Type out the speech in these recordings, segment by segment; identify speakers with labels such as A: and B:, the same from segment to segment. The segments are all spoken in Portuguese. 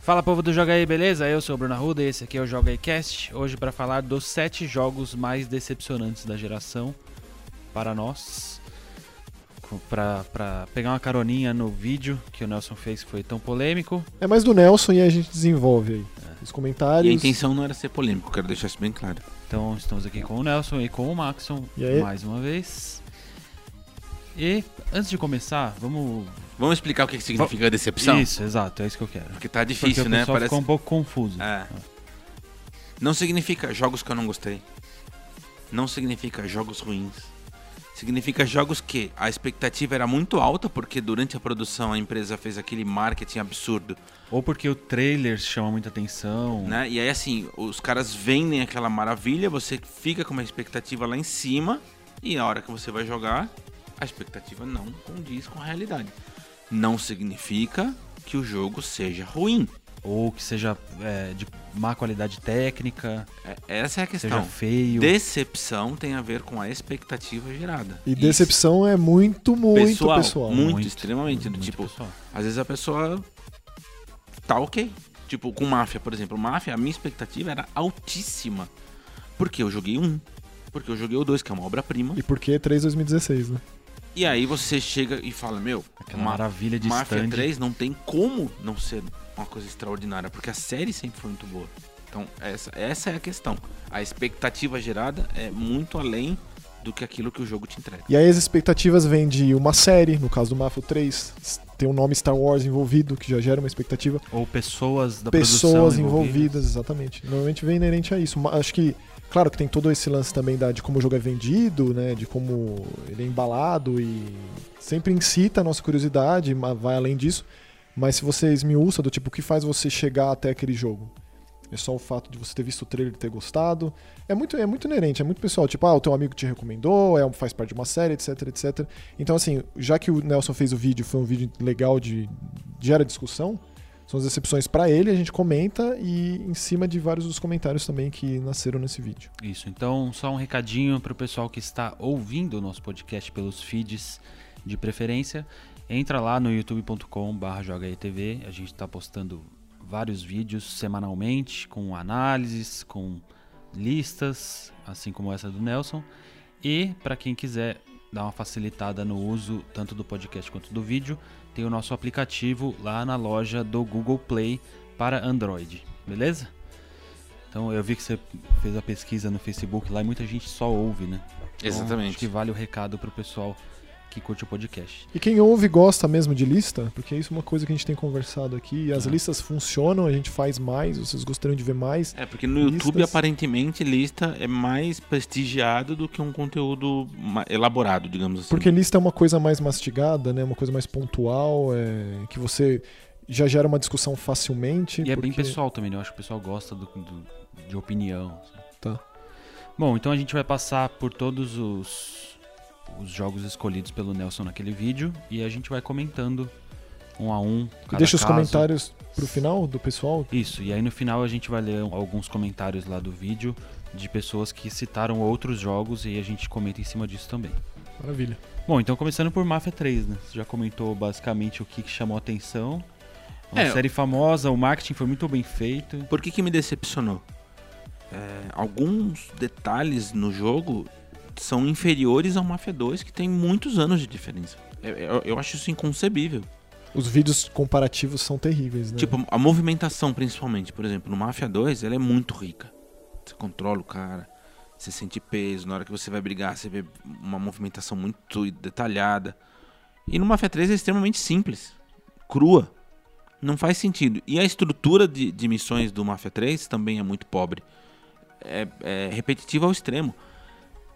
A: Fala povo do Joga aí, beleza? Eu sou o Bruno Arruda e esse aqui é o Joga aí Cast. Hoje para falar dos sete jogos mais decepcionantes da geração para nós. Com- Pra, pra pegar uma caroninha no vídeo que o Nelson fez que foi tão polêmico.
B: É mais do Nelson e a gente desenvolve aí. Os
C: É. E a
B: comentários.
C: intenção não era ser polêmico, quero deixar isso bem claro.
A: Então estamos aqui com o Nelson e com o Maxon
B: E aí?
A: mais uma vez. E antes de começar, vamos.
C: Vamos explicar o que que significa decepção?
A: Isso, exato, é isso que eu quero.
C: Porque tá
A: Porque
C: difícil,
A: o
C: né?
A: pessoal
C: Parece.
A: ficou um pouco confuso.
C: É. Não significa jogos que eu não gostei. Não significa jogos ruins. Significa jogos que a expectativa era muito alta, porque durante a produção a empresa fez aquele marketing absurdo,
A: Ou porque o trailer chama muita atenção.
C: né? E aí, assim, os caras vendem aquela maravilha, você fica com uma expectativa lá em cima, e na hora que você vai jogar, a expectativa não condiz com a realidade. Não significa que o jogo seja ruim.
A: Ou que seja é, de má qualidade técnica,
C: É- Essa é a
A: seja
C: questão.
A: feio.
C: Decepção tem a ver com a expectativa gerada.
B: E decepção é muito, muito pessoal.
C: Pessoal, muito- extremamente, do tipo,
A: pessoal.
C: Às vezes a pessoa tá ok. Tipo, com Máfia, por exemplo. Máfia, a minha expectativa era altíssima. Porque eu joguei um. Porque eu joguei o dois, que é uma obra-prima.
B: E por que 3 2016, né?
C: E aí você chega e fala, meu,
A: Aquela
C: Ma-
A: maravilha de
C: Máfia
A: stand.
C: 3 não tem como não ser uma coisa extraordinária, porque a série sempre foi muito boa. Então, essa, essa é a questão. A expectativa gerada é muito além do que aquilo que o jogo te entrega.
B: E aí as expectativas vêm de uma série, no caso do Mafia 3, s- tem o nome Star Wars envolvido, que já gera uma expectativa.
A: Ou pessoas da
B: Pessoas
A: produção
B: envolvidas, exatamente. Normalmente vem inerente a isso. Ma- Acho que, claro que tem todo esse lance também da, de como o jogo é vendido, né? De como ele é embalado e sempre incita a nossa curiosidade, ma- vai além disso. Mas se você esmiuça do tipo, o que faz você chegar até aquele jogo? É só o fato de você ter visto o trailer e ter gostado. É muito, é muito inerente, é muito pessoal. Tipo, ah, o teu amigo te recomendou, é, um- faz parte de uma série, etc, etc. Então, assim, já que o Nelson fez o vídeo, foi um vídeo legal de. gera discussão. São as decepções pra ele, a gente comenta e em cima de vários dos comentários também que nasceram nesse vídeo.
A: Isso, então só um recadinho para o pessoal que está ouvindo o nosso podcast pelos feeds de preferência. Entra lá no youtube.com/jogaetv. A gente está postando vários vídeos semanalmente com análises, com listas, assim como essa do Nelson. E para quem quiser dar uma facilitada no uso tanto do podcast quanto do vídeo, tem o nosso aplicativo lá na loja do Google Play para Android, beleza? Então eu vi que você fez a pesquisa no Facebook lá e muita gente só ouve, né? Então, acho que vale o recado pro pessoal que curte o podcast.
B: E quem ouve gosta mesmo de lista, porque isso é uma coisa que a gente tem conversado aqui. E as
A: É.
B: listas funcionam, a gente faz mais, vocês gostariam de ver mais.
C: É, porque no YouTube,
B: Listas.
C: aparentemente, lista é mais prestigiado do que um conteúdo ma- elaborado, digamos assim.
B: Porque lista é uma coisa mais mastigada, né? Uma coisa mais pontual, é, que você já gera uma discussão facilmente.
A: E é bem
B: porque-
A: pessoal também, né? Eu acho que o pessoal gosta do- do- de opinião. assim.
B: Tá.
A: Bom, então a gente vai passar por todos os, os jogos escolhidos pelo Nelson naquele vídeo e a gente vai comentando um a um.
B: E
A: cada
B: deixa os
A: caso.
B: comentários pro final do pessoal.
A: Isso, e aí no final a gente vai ler um, alguns comentários lá do vídeo de pessoas que citaram outros jogos e a gente comenta em cima disso também.
B: Maravilha.
A: Bom, então começando por Mafia 3, né? Você já comentou basicamente o que, que chamou a atenção. Uma
C: É,
A: série famosa, o marketing foi muito bem feito.
C: Por que, que me decepcionou? É, alguns detalhes no jogo são inferiores ao Mafia 2, que tem muitos anos de diferença. Eu, eu- eu acho isso inconcebível.
B: Os vídeos comparativos são terríveis, né?
C: Tipo, a movimentação, principalmente, por exemplo, no Mafia 2, ela é muito rica. Você controla o cara, você sente peso, na hora que você vai brigar, você vê uma movimentação muito detalhada. E no Mafia 3 é extremamente simples, crua. Não faz sentido. E a estrutura de, de missões do Mafia 3 também é muito pobre. É, é repetitiva ao extremo.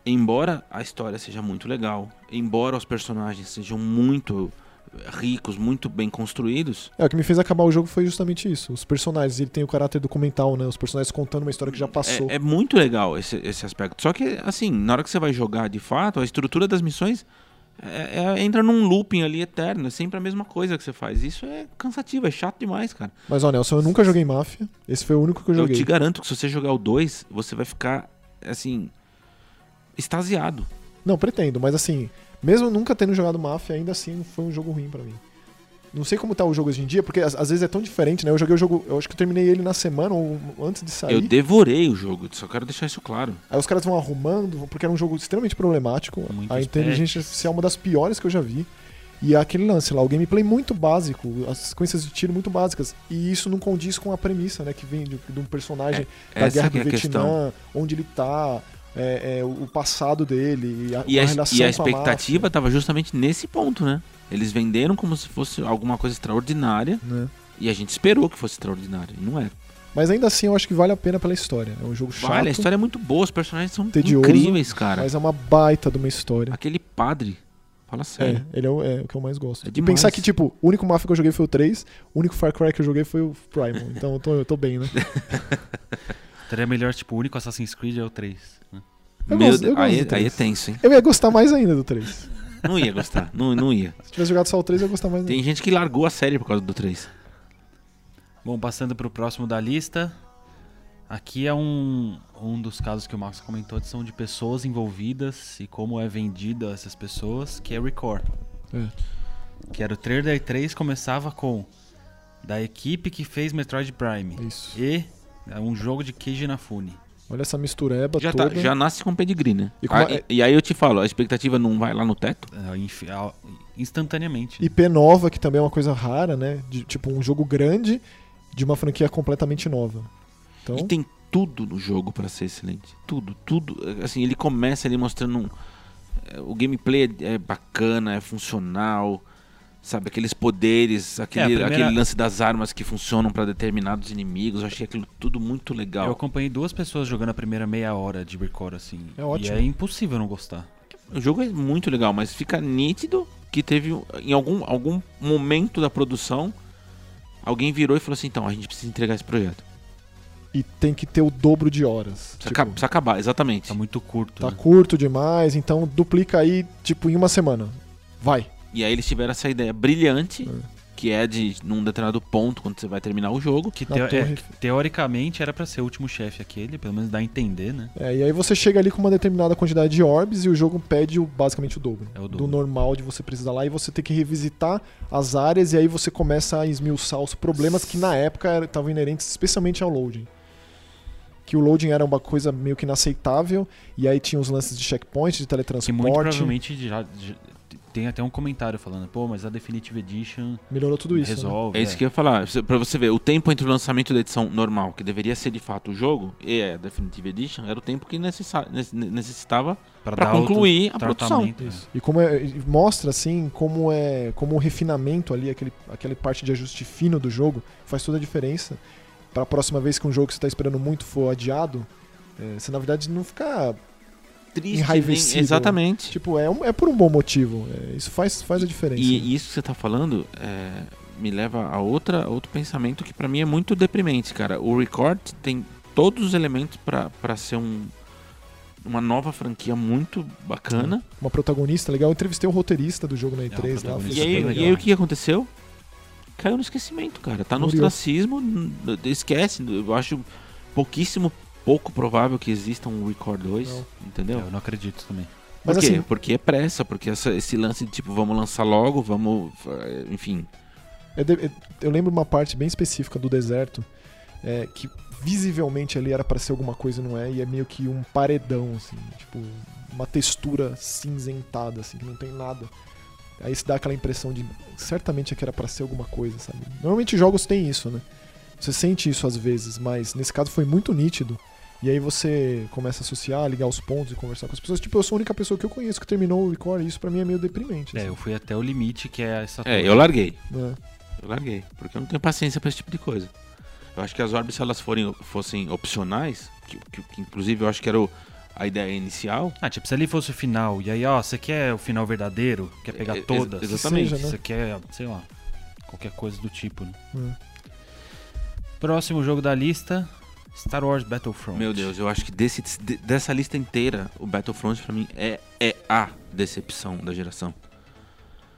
C: Embora a história seja muito legal, embora os personagens sejam muito eh, ricos, muito bem construídos,
B: É, o que me fez acabar o jogo foi justamente isso. Os personagens, ele tem o caráter documental, né? Os personagens contando uma história que já passou.
C: É, é muito legal esse, esse aspecto. Só que, assim, na hora que você vai jogar de fato, a estrutura das missões é- é- entra num looping ali eterno. É sempre a mesma coisa que você faz. Isso é cansativo, é chato demais, cara.
B: Mas, ó, Nelson, eu nunca joguei Máfia. Esse foi o único que eu
C: Eu,
B: joguei.
C: te garanto que se você jogar o 2, você vai ficar, assim, extasiado.
B: Não, pretendo, mas assim, mesmo nunca tendo jogado Mafia, ainda assim foi um jogo ruim pra mim. Não sei como tá o jogo hoje em dia, porque às, às vezes é tão diferente, né? Eu joguei o jogo, eu acho que eu terminei ele na semana ou antes de sair.
C: Eu devorei o jogo, só quero deixar isso claro.
B: Aí os caras vão arrumando, porque era um jogo extremamente problemático.
A: Muitos
B: a inteligência
A: patches.
B: artificial é uma das piores que eu já vi. E é aquele lance lá, o gameplay muito básico, as sequências de tiro muito básicas. E isso não condiz com a premissa, né? Que vem de, de um personagem da
C: Essa
B: Guerra
C: que
B: do
C: é a
B: Vietnã,
C: questão.
B: onde ele tá, é, é, o o passado dele, e a,
C: E a,
B: a relação
C: e a
B: com
C: expectativa estava justamente nesse ponto, né? Eles venderam como se fosse alguma coisa extraordinária
B: máfia, né?
C: e a gente esperou que fosse extraordinário. E não é.
B: Mas ainda assim eu acho que vale a pena pela história. É um jogo chato,
C: Vale, a história é muito boa, os personagens são
B: Tedioso,
C: incríveis, cara.
B: mas é uma baita de uma história.
C: Aquele padre, fala sério.
B: É, ele é o, é o que eu mais gosto.
C: É
B: e
C: demais.
B: pensar que, tipo, o único Mafia que eu joguei foi o 3, o único Far Cry que eu joguei foi o Primal. Então eu tô, eu tô bem, né?
A: Seria melhor, tipo, o único Assassin's Creed é o 3. né?
B: Eu
C: Meu
B: gosto- eu
C: Deus,
B: gosto
C: aí,
B: do três.
C: aí é tenso, hein?
B: Eu ia gostar mais ainda do 3. Se
C: Não ia gostar, não, não ia.
B: tivesse jogado só o 3, eu ia gostar mais ainda.
C: Tem gente que largou a série por causa do 3.
A: Bom, passando pro próximo da lista. Aqui é um, um dos casos que o Max comentou, são de pessoas envolvidas e como é vendida essas pessoas, que é Record. Que era o trailer 3, começava com da equipe que fez Metroid Prime
B: É, isso.
A: e é, um jogo de Keiji Inafune.
B: Olha essa mistureba
C: Já, tá,
B: toda.
C: já nasce com pedigree,
B: E
C: né?
B: é-
C: E,
B: com a-
C: e, e aí eu te falo, a expectativa não vai lá no teto?
A: Ah, inf- ah, Instantaneamente. né?
B: IP nova, que também é uma coisa rara, né? De, tipo, um jogo grande de uma franquia completamente nova. Então,
C: E tem tudo no jogo pra ser excelente. Tudo, tudo. Assim, ele começa ali mostrando um. é, O gameplay é é bacana, é funcional. Sabe, aqueles poderes, aquele,
A: primeira-
C: aquele lance das armas que funcionam pra determinados inimigos. Eu achei aquilo tudo muito
A: Eu
C: legal.
A: acompanhei duas pessoas jogando a primeira meia hora de Record, assim.
B: É ótimo.
A: E é impossível não gostar.
C: O jogo é muito legal, mas fica nítido que teve. um- Em algum, algum momento da produção, alguém virou e falou assim: então, a gente precisa entregar esse projeto.
B: e tem que ter o dobro de horas.
C: Precisa,
B: Tipo,
C: acab- precisa acabar, exatamente.
A: Tá muito curto.
B: tá
A: né?
B: curto demais, então duplica aí, tipo, em uma semana. Vai.
C: E aí eles tiveram essa ideia brilhante,
B: É.
C: que é de num determinado ponto, quando você vai terminar o jogo.
A: Que
B: Na
A: teo- é,
B: torre.
A: que teoricamente era pra ser o último chefe aquele, pelo menos dá a entender, né?
B: É, e aí você chega ali com uma determinada quantidade de orbs e o jogo pede o- basicamente o dobro,
A: É o dobro.
B: do normal de você precisar lá e você tem que revisitar as áreas e aí você começa a esmiuçar os problemas que na época era- estavam inerentes especialmente ao loading. Que o loading era uma coisa meio que inaceitável e aí tinha os lances de checkpoint, de
A: Que muito
B: teletransporte,
A: provavelmente já, já- tem até um comentário falando, pô, mas a Definitive Edition
B: melhorou tudo isso. né?
A: resolve.
C: É isso que eu ia falar. Você- Pra você ver, o tempo entre o lançamento da edição normal, que deveria ser de fato o jogo, e a Definitive Edition, era o tempo que necessa- nece- necessitava pra
A: dar outro
C: concluir a produção.
A: tratamento, né?
B: E como é- e mostra assim como é como o refinamento ali, aquele, aquela parte de ajuste fino do jogo faz toda a diferença. Pra próxima vez que um jogo que você tá esperando muito for adiado, é, você na verdade não ficar
C: Triste,
B: Enraivecido.
C: nem- Exatamente.
B: tipo é, um- é por um bom motivo. É, isso faz faz a diferença.
C: E, e isso que você tá falando é, me leva a outra, a outro pensamento que pra mim é muito deprimente, cara. O Record tem todos os elementos pra pra ser um, uma nova franquia muito bacana.
B: Uma protagonista legal. Eu entrevistei o roteirista do jogo na E3 lá.
A: protagonista
B: fiz
C: E
A: Isso é
C: aí,
A: bem
B: uma-
A: legal.
C: e aí o que aconteceu? Caiu no esquecimento, cara. Tá no
B: Morreu.
C: ostracismo, n- n- esquece. Eu acho pouquíssimo, pouco provável que exista um Record 2,
B: Não.
C: entendeu?
A: É, Eu não acredito também.
B: Mas
C: Por quê?
B: assim,
C: porque é pressa, porque essa- esse lance de tipo, vamos lançar logo, vamos. eh, Enfim.
B: Eu, É de- eu- eu lembro uma parte bem específica do deserto é, que visivelmente ali era pra ser alguma coisa e não é, e é meio que um paredão, assim, tipo, uma textura cinzentada, assim, que não tem nada. Aí se dá aquela impressão de certamente é que era pra ser alguma coisa, sabe? Normalmente jogos têm isso, né? Você sente isso às vezes, mas nesse caso foi muito nítido. E aí você começa a associar, ligar os pontos e conversar com as pessoas. Tipo, eu sou a única pessoa que eu conheço que terminou o Record, e isso pra mim é meio deprimente.
A: É, eu fui até o limite que é essa
C: É,
A: torre.
C: eu larguei.
B: assim, né?
C: Eu larguei, porque eu não tenho paciência pra esse tipo de coisa. Eu acho que as orbes, se elas forem, fossem opcionais, que, que- que inclusive eu acho que era o- a ideia inicial.
A: Ah, tipo, se ali fosse o final, e aí, ó, você quer o final verdadeiro? Quer pegar
C: É, ex-
A: todas?
C: exatamente.
B: Seja, né?
A: Você quer, sei lá, qualquer coisa do tipo, né?
B: Hum.
A: Próximo jogo da lista, Star Wars Battlefront.
C: Meu Deus, eu acho que desse, de- dessa lista inteira, o Battlefront pra mim é, é a decepção da geração.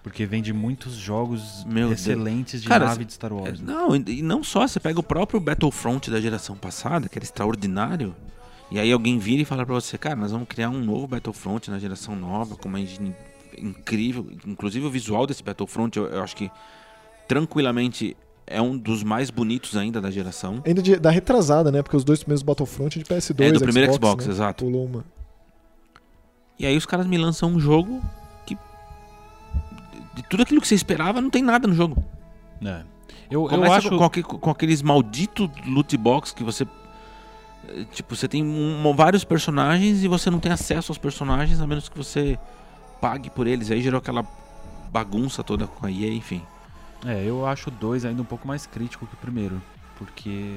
A: Porque vende muitos jogos
C: Meu Deus.
A: excelentes de
C: Cara,
A: nave de Star Wars.
C: É,
A: né?
C: não, e e não só, você pega o próprio Battlefront da geração passada, que era extraordinário, e aí alguém vira e fala pra você, cara, nós vamos criar um novo Battlefront na geração nova, com uma engine incrível, inclusive o visual desse Battlefront, eu, eu acho que tranquilamente é um dos mais bonitos ainda da geração.
B: Ainda de- da retrasada, né? Porque os dois primeiros Battlefront é de PS2.
C: É do primeiro Xbox,
B: né?
C: exato.
B: Pulou uma.
C: E aí os caras me lançam um jogo que. De tudo aquilo que você esperava, não tem nada no jogo.
A: né? Eu, eu
C: Começa
A: acho.
C: com, com aque- com aqueles malditos loot box que você. eh, Tipo, você tem um- vários personagens e você não tem acesso aos personagens a menos que você pague por eles. Aí gerou aquela bagunça toda com a EA, enfim.
A: É, eu acho o 2 ainda um pouco mais crítico que o primeiro. Porque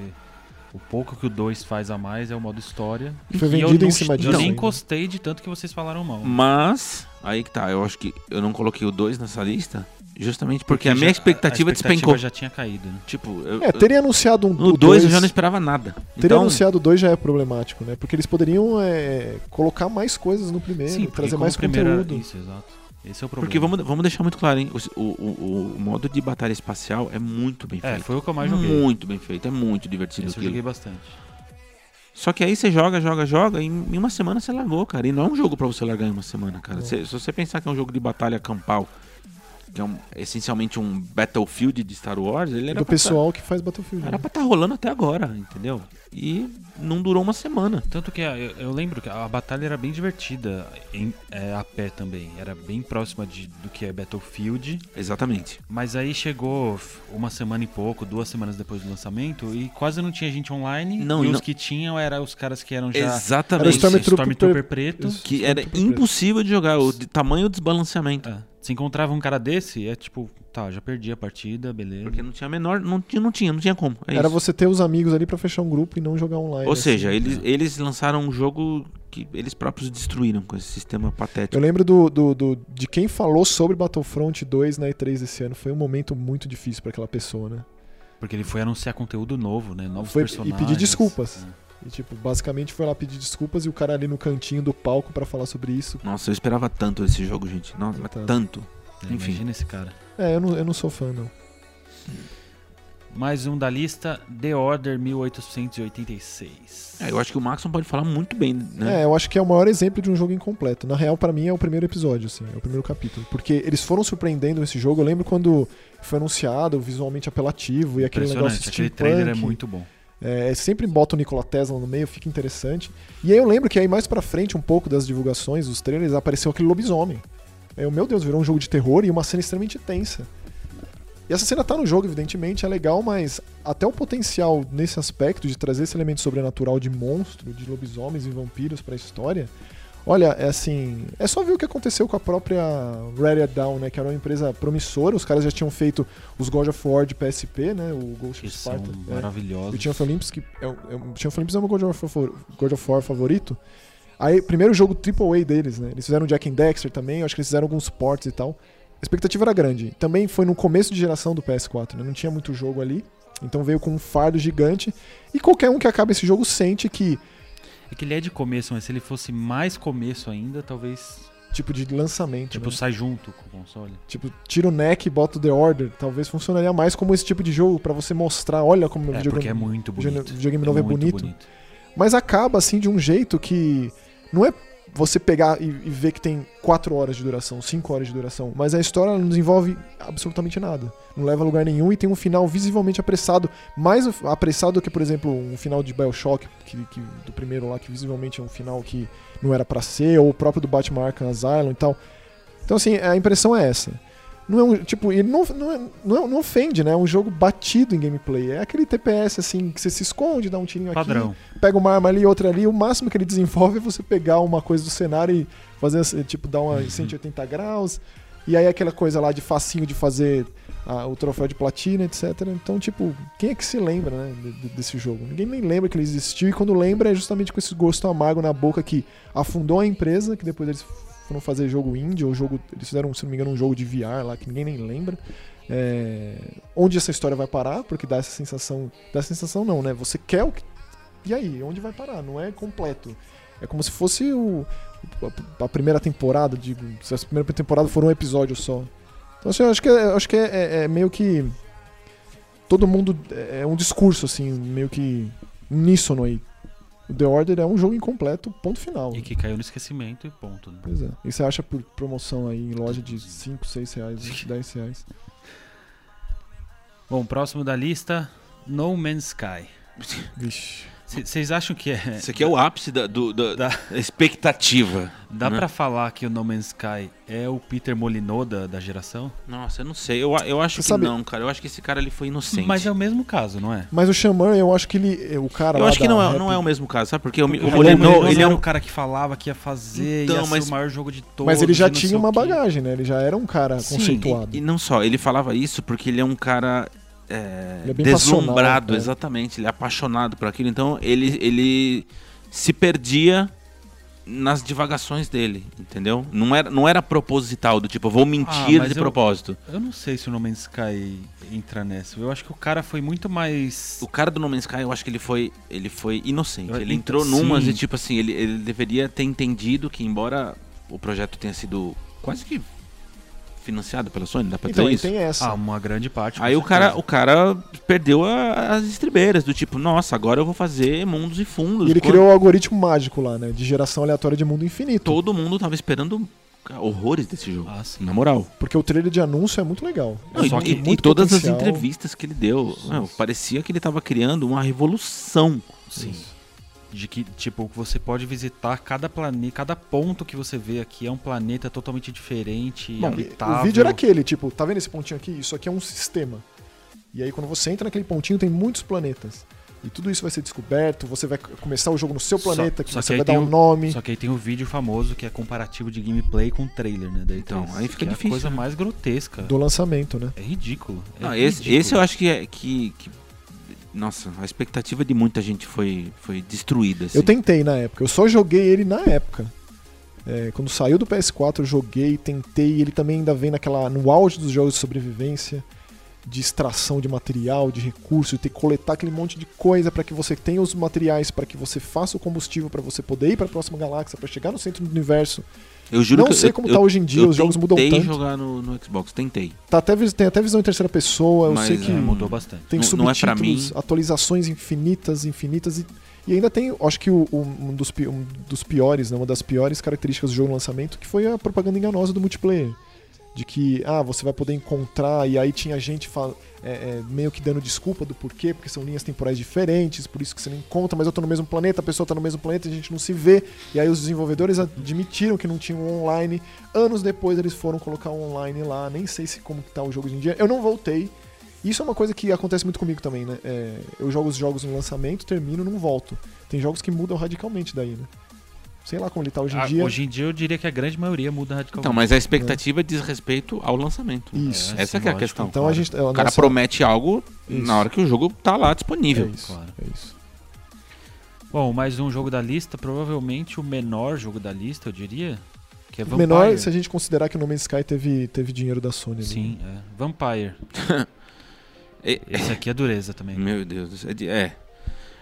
A: o pouco que o 2 faz a mais é o modo história.
B: Foi
A: E eu
B: vendido
A: não-
B: em cima disso.
A: Eu nem
B: ainda.
A: encostei de tanto que vocês falaram mal.
C: Mas, aí que tá, eu acho que eu não coloquei o 2 nessa lista justamente porque, a
A: já-
C: minha expectativa,
A: é
C: despencou.
A: já tinha caído, né?
C: Tipo, eu,
B: É, terem anunciado um,
C: eu- no
B: o
C: 2 eu
B: dois-
C: já não esperava nada.
B: Ter
C: Então,
B: anunciado dois já é problemático, né? Porque eles poderiam é, colocar mais coisas no primeiro,
A: porque
B: trazer
A: como
B: mais
A: o primeiro era-
B: conteúdo.
A: Isso, exato. Esse é o problema.
C: porque vamos, vamos deixar muito claro, hein? O, o- o- o modo de batalha espacial é muito bem
A: É,
C: feito.
A: foi o que eu mais joguei.
C: Muito bem feito, é muito divertido
A: Esse eu
C: aquilo.
A: joguei bastante.
C: Só que aí você joga, joga, joga, e em uma semana você largou, cara. E não é um jogo pra você largar em uma semana, cara. Se, se você pensar que é um jogo de batalha campal, que é um- essencialmente um Battlefield de Star Wars, ele era
B: Do
C: pra tá-
B: pessoal que faz Battlefield.
C: era
B: né?
C: pra estar rolando até agora, entendeu? E não durou uma semana.
A: Tanto que a- eu, eu lembro que a batalha era bem divertida em, é, a pé também. Era bem próxima de, do que é Battlefield.
C: Exatamente.
A: Mas aí chegou f- uma semana e pouco, duas semanas depois do lançamento, e quase não tinha gente online.
C: Não,
A: e
C: e
A: os
C: não-
A: que tinham eram os caras que eram já
B: Era o
C: Exatamente.
B: Stormtrooper-
A: Stormtrooper preto.
B: Isso.
C: Que era
B: Stormtrooper.
C: impossível de jogar, o de tamanho do desbalanceamento.
A: É. Se encontrava um cara desse, é tipo, tá, já perdi a partida, beleza.
C: Porque não tinha menor, não tinha, não tinha, não tinha como. É
B: Era
C: isso.
B: você ter os amigos ali pra fechar um grupo e não jogar online.
C: Ou
B: assim.
C: seja, eles, eles lançaram um jogo que eles próprios destruíram com esse sistema patético.
B: Eu lembro do, do- do- de quem falou sobre Battlefront 2 na E3 desse ano. Foi um momento muito difícil pra aquela pessoa, né?
A: Porque ele foi anunciar conteúdo novo, né? Novos
B: Foi- e
A: personagens.
B: pedir desculpas.
A: É.
B: E, tipo, basicamente foi lá pedir desculpas e o cara ali no cantinho do palco pra falar sobre isso.
C: Nossa, eu esperava tanto esse jogo, gente. Nossa, mas
B: Tanto.
C: tanto. Enfim.
A: Imagina esse cara.
B: É, eu não, eu não sou fã, não.
A: Mais um da lista, The Order 1886.
C: É, eu acho que o Maxon pode falar muito bem, né?
B: É, eu acho que é o maior exemplo de um jogo incompleto. Na real, pra mim, é o primeiro episódio, assim, é o primeiro capítulo. Porque eles foram surpreendendo esse jogo. Eu lembro quando foi anunciado, visualmente apelativo, e aquele negócio
A: Impressionante,
B: de
A: aquele trailer é muito bom.
B: É, sempre bota o Nikola Tesla no meio, fica interessante. E aí eu lembro que aí mais pra frente, um pouco das divulgações, dos trailers, apareceu aquele lobisomem. Eu, meu Deus, virou um jogo de terror e uma cena extremamente tensa. E essa cena tá no jogo, evidentemente, é legal, mas até o potencial nesse aspecto de trazer esse elemento sobrenatural de monstro, de lobisomens e vampiros pra história. Olha, é assim, é só ver o que aconteceu com a própria Red Dead Down, né, que era uma empresa promissora, os caras já tinham feito os God of War de PSP, né, o Ghost
A: Que
B: of
A: são
B: Sparta. é.
A: maravilhosos.
B: O Champions Olympics, que é, o- é, o- o Champions Olympics é o meu God of, War, favor- God of War favorito. Aí, primeiro jogo AAA deles, né? Eles fizeram Jack and Dexter também, eu acho que eles fizeram alguns ports e tal. A expectativa era grande. Também foi no começo de geração do PS4, né? Não tinha muito jogo ali. Então veio com um fardo gigante. E qualquer um que acaba esse jogo sente que,
A: É que ele é de começo, mas se ele fosse mais começo ainda, talvez.
B: tipo, de lançamento.
A: Tipo,
B: né?
A: sai junto com o console.
B: Tipo, tira o neck e bota o The Order. Talvez funcionaria mais como esse tipo de jogo, pra você mostrar, olha como meu
A: É,
B: um videogame
A: porque é muito bonito.
B: videogame novo é
A: muito
B: bonito.
A: bonito.
B: Mas acaba assim de um jeito que não é você pegar e, e ver que tem 4 horas de duração, 5 horas de duração, mas a história ela não desenvolve absolutamente nada. Não leva a lugar nenhum e tem um final visivelmente apressado, mais af- apressado do que, por exemplo, um final de BioShock, que, que- do primeiro lá que visivelmente é um final que não era pra ser, ou o próprio do Batman Arkham Asylum e tal. Então assim, a impressão é essa. Não é um, tipo, ele não, não, é- não, é- não ofende, né? É um jogo batido em gameplay. É aquele TPS, assim, que você se esconde, dá um tirinho aqui,
A: Padrão.
B: pega uma arma ali e outra ali, o máximo que ele desenvolve é você pegar uma coisa do cenário e fazer, assim, tipo, dar uma 180 graus. E aí aquela coisa lá de facinho de fazer ah, o troféu de platina, etc. Então, tipo, quem é que se lembra, né, de- de- desse jogo? Ninguém nem lembra que ele existiu, e quando lembra é justamente com esse gosto amargo na boca que afundou a empresa, que depois eles foram fazer jogo indie, ou jogo. Eles fizeram, se não me engano, um jogo de VR lá que ninguém nem lembra. É, onde essa história vai parar, porque dá essa sensação. Dá essa sensação não, né? Você quer o que e aí, onde vai parar? Não é completo. É como se fosse o, a, a primeira temporada, digo. Se a primeira temporada for um episódio só. Então, assim, eu acho que, é- eu acho que é, é- é meio que. Todo mundo. É é um discurso, assim, meio que uníssono aí. O The Order é um jogo incompleto, ponto final.
A: E que caiu no esquecimento e ponto. Né?
B: Pois é. E você acha por promoção aí em loja de 5, 6 reais, 10 reais.
A: Bom, próximo da lista, No Man's Sky.
B: Vixe.
A: Vocês acham que é...
C: Isso aqui é o ápice da, do- da-
A: Da-
C: da expectativa.
A: Dá
C: né?
A: pra falar que o No Man's Sky é o Peter Molyneux da, da geração?
C: Nossa, eu não sei. Eu, eu acho que
B: Você sabe- um
C: não, cara. Eu acho que esse cara ele foi inocente.
A: Mas é o mesmo caso, não é?
B: Mas o Xamã, eu acho que ele. O cara
C: Eu
B: lá
C: acho que
B: da
C: não é,
B: rap-
C: não é o mesmo caso, sabe? Porque o, Mi- o
A: Porque
B: Molyneux,
C: Molino,
A: Molyneux
C: ele é
A: era
C: um
A: o cara que falava que ia fazer,
C: Então,
A: ia
C: mas-
A: ser o maior jogo de todos.
B: Mas ele
A: e
B: já
A: não
B: tinha
A: sei o
B: uma
A: quê.
B: bagagem, né? Ele já era um cara
C: Sim,
B: conceituado.
C: E, e não só, ele falava isso porque ele é um cara é,
B: Ele é bem passional,
C: deslumbrado,
B: né?
C: exatamente. Ele é apaixonado por aquilo. Então ele, ele se perdia nas divagações dele, entendeu? Não era, não era proposital, do tipo, eu vou mentir
A: Ah, mas
C: de
A: eu-
C: propósito.
A: Eu não sei se o No Man's Sky entra nessa. Eu acho que o cara foi muito mais.
C: O cara do No Man's Sky, eu acho que ele foi, ele foi inocente.
A: Eu-
C: Ele entrou
A: sim.
C: numas e, tipo assim, ele, ele deveria ter entendido que, embora o projeto tenha sido quase que financiado pela Sony, dá é pra
B: Então,
C: dizer
B: ele
C: isso?
B: tem essa.
A: Ah, uma grande parte. com
C: Aí o
A: certeza.
C: cara, o cara perdeu a- as estribeiras, do tipo, nossa, agora eu vou fazer mundos e fundos.
B: E ele
C: Quando
B: criou o algoritmo mágico lá, né? De geração aleatória de mundo infinito.
C: Todo mundo tava esperando cara, horrores desse jogo.
A: Ah, sim.
C: Na moral.
B: Porque o trailer de anúncio é muito legal.
C: Não,
B: É
C: e,
A: só
B: muito-
A: que
C: e- e
B: muito
C: todas
B: potencial.
C: as entrevistas que ele deu, meu, parecia que ele tava criando uma revolução.
A: Sim. De que, tipo, você pode visitar cada planeta, cada ponto que você vê aqui é um planeta totalmente diferente,
B: Bom, e-
A: habitável.
B: o vídeo era aquele, tipo, tá vendo esse pontinho aqui? Isso aqui é um sistema. E aí quando você entra naquele pontinho tem muitos planetas. E tudo isso vai ser descoberto, você vai c- começar o jogo no seu
A: Só-
B: planeta, que
A: só que
B: você
A: aí
B: vai
A: tem
B: dar um
A: o-
B: nome.
A: Só que aí tem o vídeo famoso que é comparativo de gameplay com trailer, né? da E3,
C: Então, aí
A: que
C: fica
A: É
C: difícil,
A: a coisa
C: né?
A: mais grotesca.
B: Do lançamento, né?
A: É ridículo. é
C: Não, esse,
A: ridículo.
C: esse eu acho que é que, que- Nossa, a expectativa de muita gente foi, foi destruída. assim.
B: Eu tentei na época, eu só joguei ele na época. É, quando saiu do PS4, eu joguei, tentei. Ele também ainda vem naquela, no auge dos jogos de sobrevivência, de extração de material, de recurso, de ter que coletar aquele monte de coisa para que você tenha os materiais, para que você faça o combustível, para você poder ir para a próxima galáxia, para chegar no centro do universo.
C: Eu juro
B: não
C: que
B: sei
C: eu-
B: como
C: eu-
B: tá hoje em dia,
C: eu
B: os jogos mudam
C: Tentei
B: tanto.
C: jogar no, no Xbox, tentei.
B: Tá até, vis- tem até visão em terceira pessoa, eu
C: Mas,
B: sei que
A: É, mudou bastante.
B: tem
C: não- não é
B: subtítulos,
C: pra mim.
B: atualizações infinitas, infinitas e, e ainda tem, acho que o- o- um, dos, pi- um dos piores, né, uma das piores características do jogo no lançamento, que foi a propaganda enganosa do multiplayer. De que, ah, você vai poder encontrar, e aí tinha gente fal- é, é, meio que dando desculpa do porquê, porque são linhas temporais diferentes, por isso que você não encontra, mas eu tô no mesmo planeta, a pessoa tá no mesmo planeta, a gente não se vê. E aí os desenvolvedores admitiram que não tinham online. Anos depois eles foram colocar o online lá, nem sei se como que tá o jogo hoje em dia. Eu não voltei, isso é uma coisa que acontece muito comigo também, né? É, eu jogo os jogos no lançamento, termino, não volto. Tem jogos que mudam radicalmente daí, né? Sei lá como ele tá hoje em
A: Ah,
B: dia.
A: hoje em dia eu diria que a grande maioria muda radicalmente.
C: Então, mas a expectativa diz respeito ao lançamento.
B: Isso.
C: Essa que é a questão.
B: então a
A: né? claro.
B: gente. a
C: O cara
B: nossa-
C: promete algo
B: Isso.
C: na hora que o jogo tá lá
B: É
C: disponível.
B: isso.
A: claro.
B: É isso.
A: Bom, mais um jogo da lista, provavelmente o menor jogo da lista, eu diria, que é Vampire.
B: Menor se a gente considerar que o No Man's Sky teve, teve dinheiro da Sony. ali, né?
A: Sim, é. Vampire.
C: E-
A: Esse aqui é dureza também.
C: Meu Deus, é. de- é.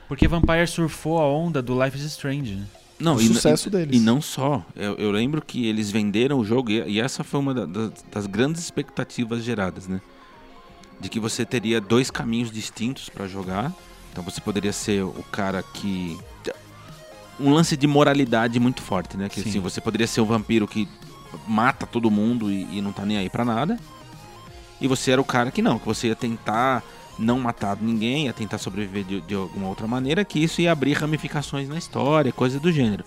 A: Porque Vampire surfou a onda do Life is Strange, né?
C: Não,
B: O
C: e,
B: sucesso
C: e,
B: deles.
C: E não só. Eu, eu lembro que eles venderam o jogo e, e essa foi uma da- das, das grandes expectativas geradas, né? De que você teria dois caminhos distintos pra jogar. Então você poderia ser o cara que. Um lance de moralidade muito forte, né? Que
A: Sim.
C: assim, você poderia ser um vampiro que mata todo mundo e, e não tá nem aí pra nada. E você era o cara que não, que você ia tentar não matar ninguém, ia tentar sobreviver de, de alguma outra maneira, que isso ia abrir ramificações na história, coisa do gênero.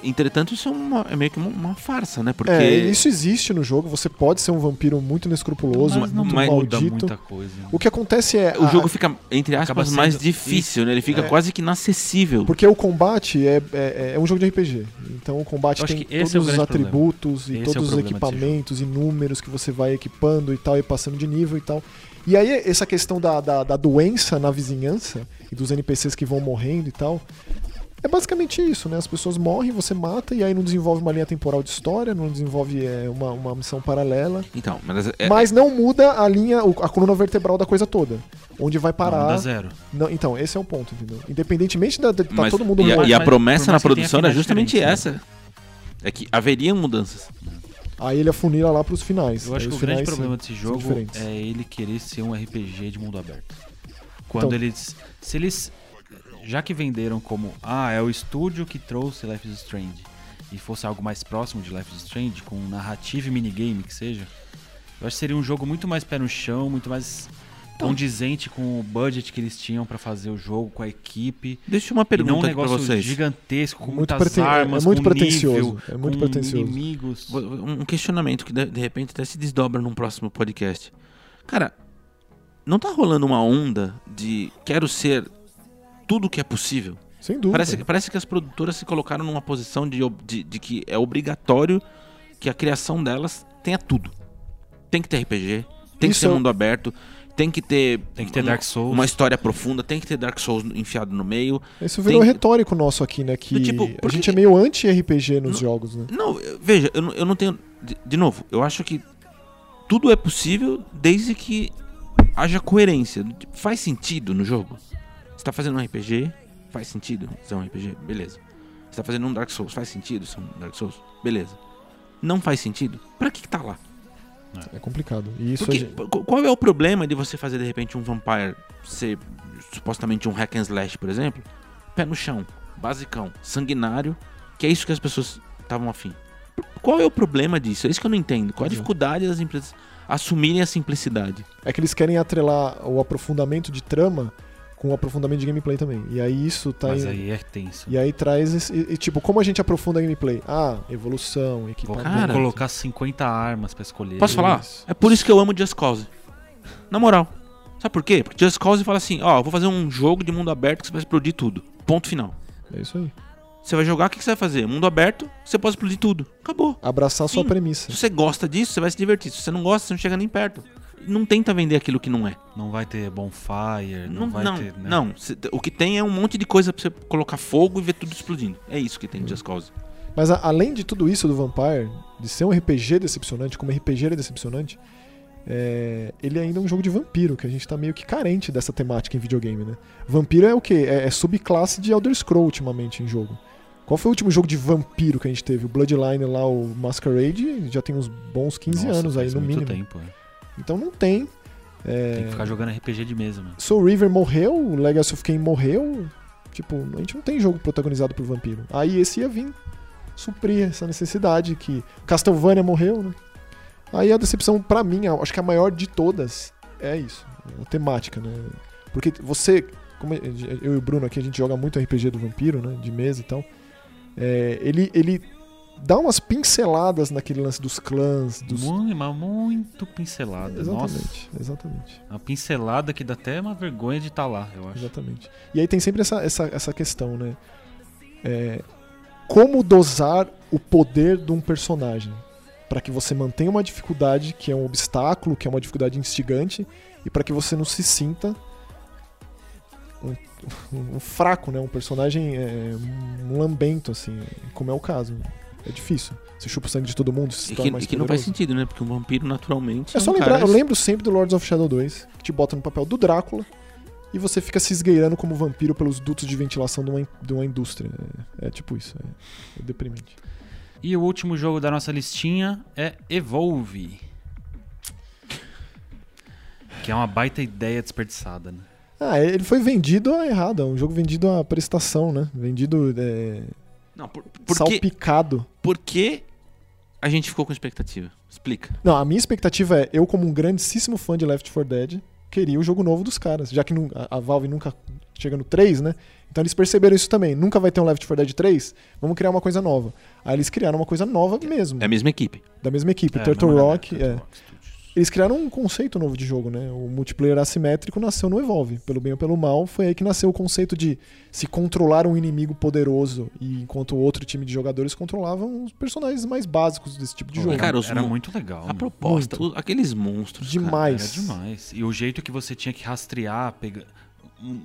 C: Entretanto, isso é, uma- é meio que uma, uma farsa, né? Porque
B: É, isso existe no jogo. Você pode ser um vampiro muito inescrupuloso,
A: Mas não
B: muito
C: mas
A: muda
B: maldito.
A: muita coisa. né?
B: O que acontece é.
C: o
B: a-
C: jogo fica, entre
A: Acaba
C: aspas,
A: sendo-
C: mais difícil, né? Ele fica
B: É.
C: quase que inacessível.
B: Porque o combate é, é, é um jogo de RPG. Então o combate
A: Eu acho
B: tem
A: que esse é o
B: todos os
A: grande problema.
B: atributos
A: Esse é
B: e
A: o
B: todos os
A: problema desse
B: equipamentos e números que você vai equipando e tal, e passando de nível e tal. E aí essa questão da, da, da doença na vizinhança e dos NPCs que vão morrendo e tal. É basicamente isso, né? As pessoas morrem, você mata, e aí não desenvolve uma linha temporal de história, não desenvolve é, uma, uma missão paralela.
C: Então, mas é,
B: mas não muda a linha, o- a coluna vertebral da coisa toda. Onde vai
A: Não
B: parar.
A: dá zero.
B: Não, então, esse é o ponto, entendeu? Independentemente da, de tá
C: mas-
B: todo mundo
C: e, a,
B: morto.
C: e a
A: Mas-
C: promessa
A: por
C: na
A: mais que
C: produção
A: tenha
C: era
A: finais
C: justamente
A: diferentes, né?
C: essa. É que haveriam mudanças.
B: Aí ele afunila lá pros finais.
A: Eu acho
B: Aí
A: que o
B: é os
A: grande
B: finais,
A: problema
B: sim,
A: desse
B: são
A: jogo
B: diferentes.
A: é ele querer ser um RPG de mundo aberto. Quando
B: Então-
A: eles. Se eles. Já que venderam como. Ah, é o estúdio que trouxe Life is Strange. E fosse algo mais próximo de Life is Strange, com narrativa e minigame que seja. Eu acho que seria um jogo muito mais pé no chão, muito mais
B: Então-
A: condizente com o budget que eles tinham pra fazer o jogo, com a equipe.
C: Deixa uma
A: e não um
C: pergunta aqui pra
A: negócio
C: vocês.
A: gigantesco, com
B: Muito
A: muitas
B: preten- é
A: armas,
B: muito
A: com
B: pretensioso,
A: nível,
B: é muito
A: com
B: pretensioso.
A: inimigos.
C: Vou- Um questionamento que de- de repente até se desdobra num próximo podcast. Cara, não tá rolando uma onda de quero ser tudo que é possível?
B: Sem dúvida.
C: Parece, parece que as produtoras se colocaram numa posição de, ob- de, de que é obrigatório que a criação delas tenha tudo. Tem que ter RPG, tem
B: Isso
C: que ter
B: é o-
C: mundo aberto, tem que ter.
A: Tem que ter
C: um-
A: Dark Souls.
C: Uma história profunda, tem que ter Dark Souls enfiado no meio.
B: Isso virou
C: tem-
B: retórico nosso aqui, né? Que
C: Do tipo,
B: a
C: por
B: gente
C: que-
B: é meio anti-RPG nos jogos, né?
C: Não, eu- veja, eu não, eu não tenho. De, de novo, eu acho que tudo é possível desde que haja coerência. Faz sentido no jogo? Você tá fazendo um RPG? Faz sentido ser um RPG? Beleza. Você tá fazendo um Dark Souls? Faz sentido ser um Dark Souls? Beleza. Não faz sentido? Pra que, que tá lá?
B: É complicado. E isso a
C: Porque,
B: gente-
C: qu- qual é o problema de você fazer de repente um vampire ser supostamente um hack and slash, por exemplo? Pé no chão, basicão, sanguinário, que é isso que as pessoas estavam afim. Qual é o problema disso? É isso que eu não entendo. Qual a
B: Uhum.
C: dificuldade das empresas assumirem a simplicidade?
B: É que eles querem atrelar o aprofundamento de trama com o aprofundamento de gameplay também. E aí isso tá
A: Mas
B: em-
A: aí é tenso.
B: E aí traz esse, e, e, tipo, como a gente aprofunda a gameplay? Ah, evolução,
A: Vou,
B: equipamento.
A: vou
C: Cara.
A: colocar 50 armas pra escolher.
C: Posso falar?
B: Isso.
C: É por isso que eu amo Just Cause. Na moral. Sabe por quê? Porque Just Cause fala assim, ó, eu vou fazer um jogo de mundo aberto que você vai explodir tudo. Ponto final.
B: É isso aí.
C: Você vai jogar, o que que você vai fazer? Mundo aberto, você pode explodir tudo. Acabou.
B: Abraçar a sua
C: Sim.
B: premissa.
C: Se você gosta disso, você vai se divertir. Se você não gosta, você não chega nem perto. Não tenta vender aquilo que não é.
A: Não vai ter bonfire, não,
C: Não,
A: vai
C: não,
A: ter. né?
C: não. Cê- O que tem é um monte de coisa pra você colocar fogo e ver tudo explodindo. É isso que tem
A: Hum.
C: de Just Cause.
B: Mas a- além de tudo isso do Vampire, de ser um RPG decepcionante, como RPG era decepcionante, é, ele ainda é um jogo de vampiro, que a gente tá meio que carente dessa temática em videogame, né? Vampiro é o quê? É, é subclasse de Elder Scroll ultimamente em jogo. Qual foi o último jogo de vampiro que a gente teve? O Bloodline lá, o Masquerade, já tem uns bons 15
A: Nossa,
B: anos aí
A: faz
B: no
A: muito
B: mínimo.
A: tempo, é.
B: Então não tem. É,
A: Tem que ficar jogando RPG de mesa, mano.
B: Soul River morreu, o Legacy of Kain morreu. Tipo, a gente não tem jogo protagonizado por vampiro. Aí esse ia vir suprir essa necessidade que Castlevania morreu, né? Aí a decepção pra mim, a- acho que a maior de todas é isso, a temática, né? Porque você, como eu e o Bruno aqui, a gente joga muito RPG do vampiro, né? De mesa e tal. É, ele, ele dá umas pinceladas naquele lance dos clãs, dos.
A: Muito, mas muito pincelada. Nossa,
B: Exatamente, exatamente.
A: uma pincelada que dá até uma vergonha de estar lá, eu acho.
B: Exatamente. E aí tem sempre essa, essa, essa questão, né? É, como dosar o poder de um personagem para que você mantenha uma dificuldade que é um obstáculo, que é uma dificuldade instigante, e para que você não se sinta um, um fraco, né? Um personagem é, um lambento, assim, como é o caso. É difícil. Você chupa o sangue de todo mundo, se
C: E que,
B: torna mais
C: e que não faz
B: poderoso.
C: sentido, né? Porque um vampiro naturalmente.
B: É só
C: um
B: lembrar,
C: cara-
B: eu lembro sempre do Lords of Shadow 2, que te bota no papel do Drácula e você fica se esgueirando como vampiro pelos dutos de ventilação de uma, in- de uma indústria. É, é tipo isso, é, é deprimente.
A: E o último jogo da nossa listinha é Evolve. Que é uma baita ideia desperdiçada, né?
B: Ah, ele foi vendido a errada, é um jogo vendido a prestação, né? Vendido é,
C: Não, por, por que,
B: salpicado.
C: por que a gente ficou com expectativa? Explica.
B: Não, a minha expectativa é, eu como um grandíssimo fã de Left 4 Dead, queria o jogo novo dos caras, já que nu- a, a Valve nunca chega no 3, né? Então eles perceberam isso também, nunca vai ter um Left 4 Dead 3, vamos criar uma coisa nova. Aí eles criaram uma coisa nova mesmo.
C: É a mesma equipe.
B: Da mesma equipe,
A: É,
B: Turtle
A: mesma
B: Rock.
A: galera,
B: é.
A: Turtle Rock Studios.
B: Eles criaram um conceito novo de jogo, né? O multiplayer assimétrico nasceu no Evolve. Pelo bem ou pelo mal, foi aí que nasceu o conceito de se controlar um inimigo poderoso, e enquanto o outro time de jogadores controlavam os personagens mais básicos desse tipo de
C: Pô,
B: jogo.
A: Era,
C: cara, os
A: era
C: mo-
A: muito legal. né?
C: A
A: mano.
C: proposta, o- aqueles monstros. cara.
A: Era
B: Demais.
A: demais. E o jeito que você tinha que rastrear, pega... um-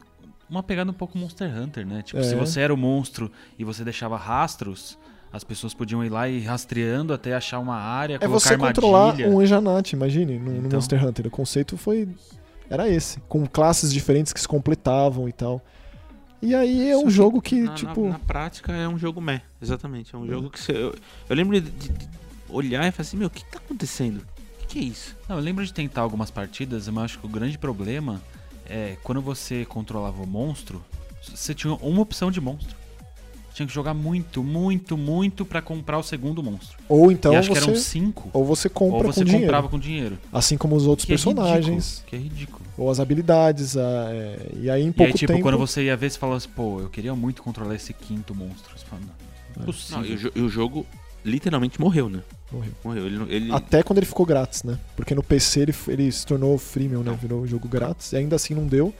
A: uma pegada um pouco Monster Hunter, né? Tipo,
B: É.
A: se você era o monstro e você deixava rastros, as pessoas podiam ir lá e ir rastreando até achar uma área,
B: É
A: colocar
B: você controlar
A: armadilha.
B: um Anjanate, imagine, no, no
A: Então.
B: Monster Hunter. O conceito foi. Era esse. Com classes diferentes que se completavam e tal. E aí é
C: Só
B: um
C: que
B: jogo que,
C: na, na-
B: tipo. Hum.
C: Na, prática é um jogo meh, exatamente. É um jogo que você. Eu, eu lembro de, de olhar e falar assim: meu, o que tá acontecendo? O que, que é isso?
A: Não, eu lembro de tentar algumas partidas, mas acho que o grande problema é quando você controlava o monstro, você tinha uma opção de monstro. tinha que jogar muito, muito, muito pra comprar o segundo monstro.
B: Ou então
A: e acho
B: você.
A: que eram cinco.
B: Ou você compra
A: ou você
B: com dinheiro.
A: comprava com dinheiro.
B: Assim como os outros
A: Que é
B: personagens.
A: ridículo, que é ridículo.
B: ou as habilidades. a- é, e aí em
A: E
B: pouco
A: aí, tipo,
B: tempo.
A: quando você ia ver, você falava assim, pô, eu queria muito controlar esse quinto monstro. Você fala, não, não é possível.
C: Não, e, o, jo- e o jogo literalmente morreu, né?
B: Morreu.
C: Morreu. Ele, não- ele,
B: Até quando ele ficou grátis, né? Porque no PC ele, f- ele se tornou freemium, né? Virou um jogo grátis. E ainda assim não deu.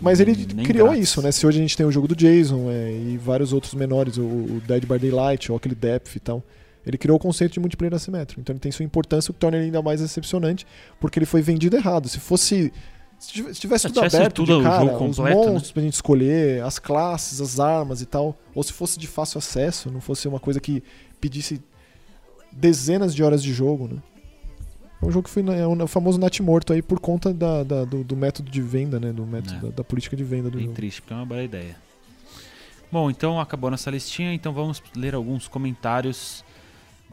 B: Mas ele
A: Nem
B: criou
A: grátis.
B: isso, né? Se hoje a gente tem o jogo do Jason é, e vários outros menores, o, o Dead by Daylight, ou aquele Depth e tal. Ele criou o conceito de multiplayer assimétrico. Então ele tem sua importância, o que torna ele ainda mais decepcionante, porque ele foi vendido errado. Se fosse. Se tiv- se tivesse
A: Se
B: tudo
A: tivesse
B: aberto,
A: tudo,
B: de
A: o
B: cara,
A: jogo
B: os
A: completo, né?
B: monstros pra gente escolher, as classes, as armas e tal, ou se fosse de fácil acesso, não fosse uma coisa que pedisse dezenas de horas de jogo, né? É um jogo que foi na- é o famoso Nat Morto aí por conta da- da- do, do método de venda, né? Do método
A: É.
B: da, da política de venda do
A: Bem
B: jogo.
A: triste, porque é uma boa ideia. Bom, então acabou nossa listinha, então vamos ler alguns comentários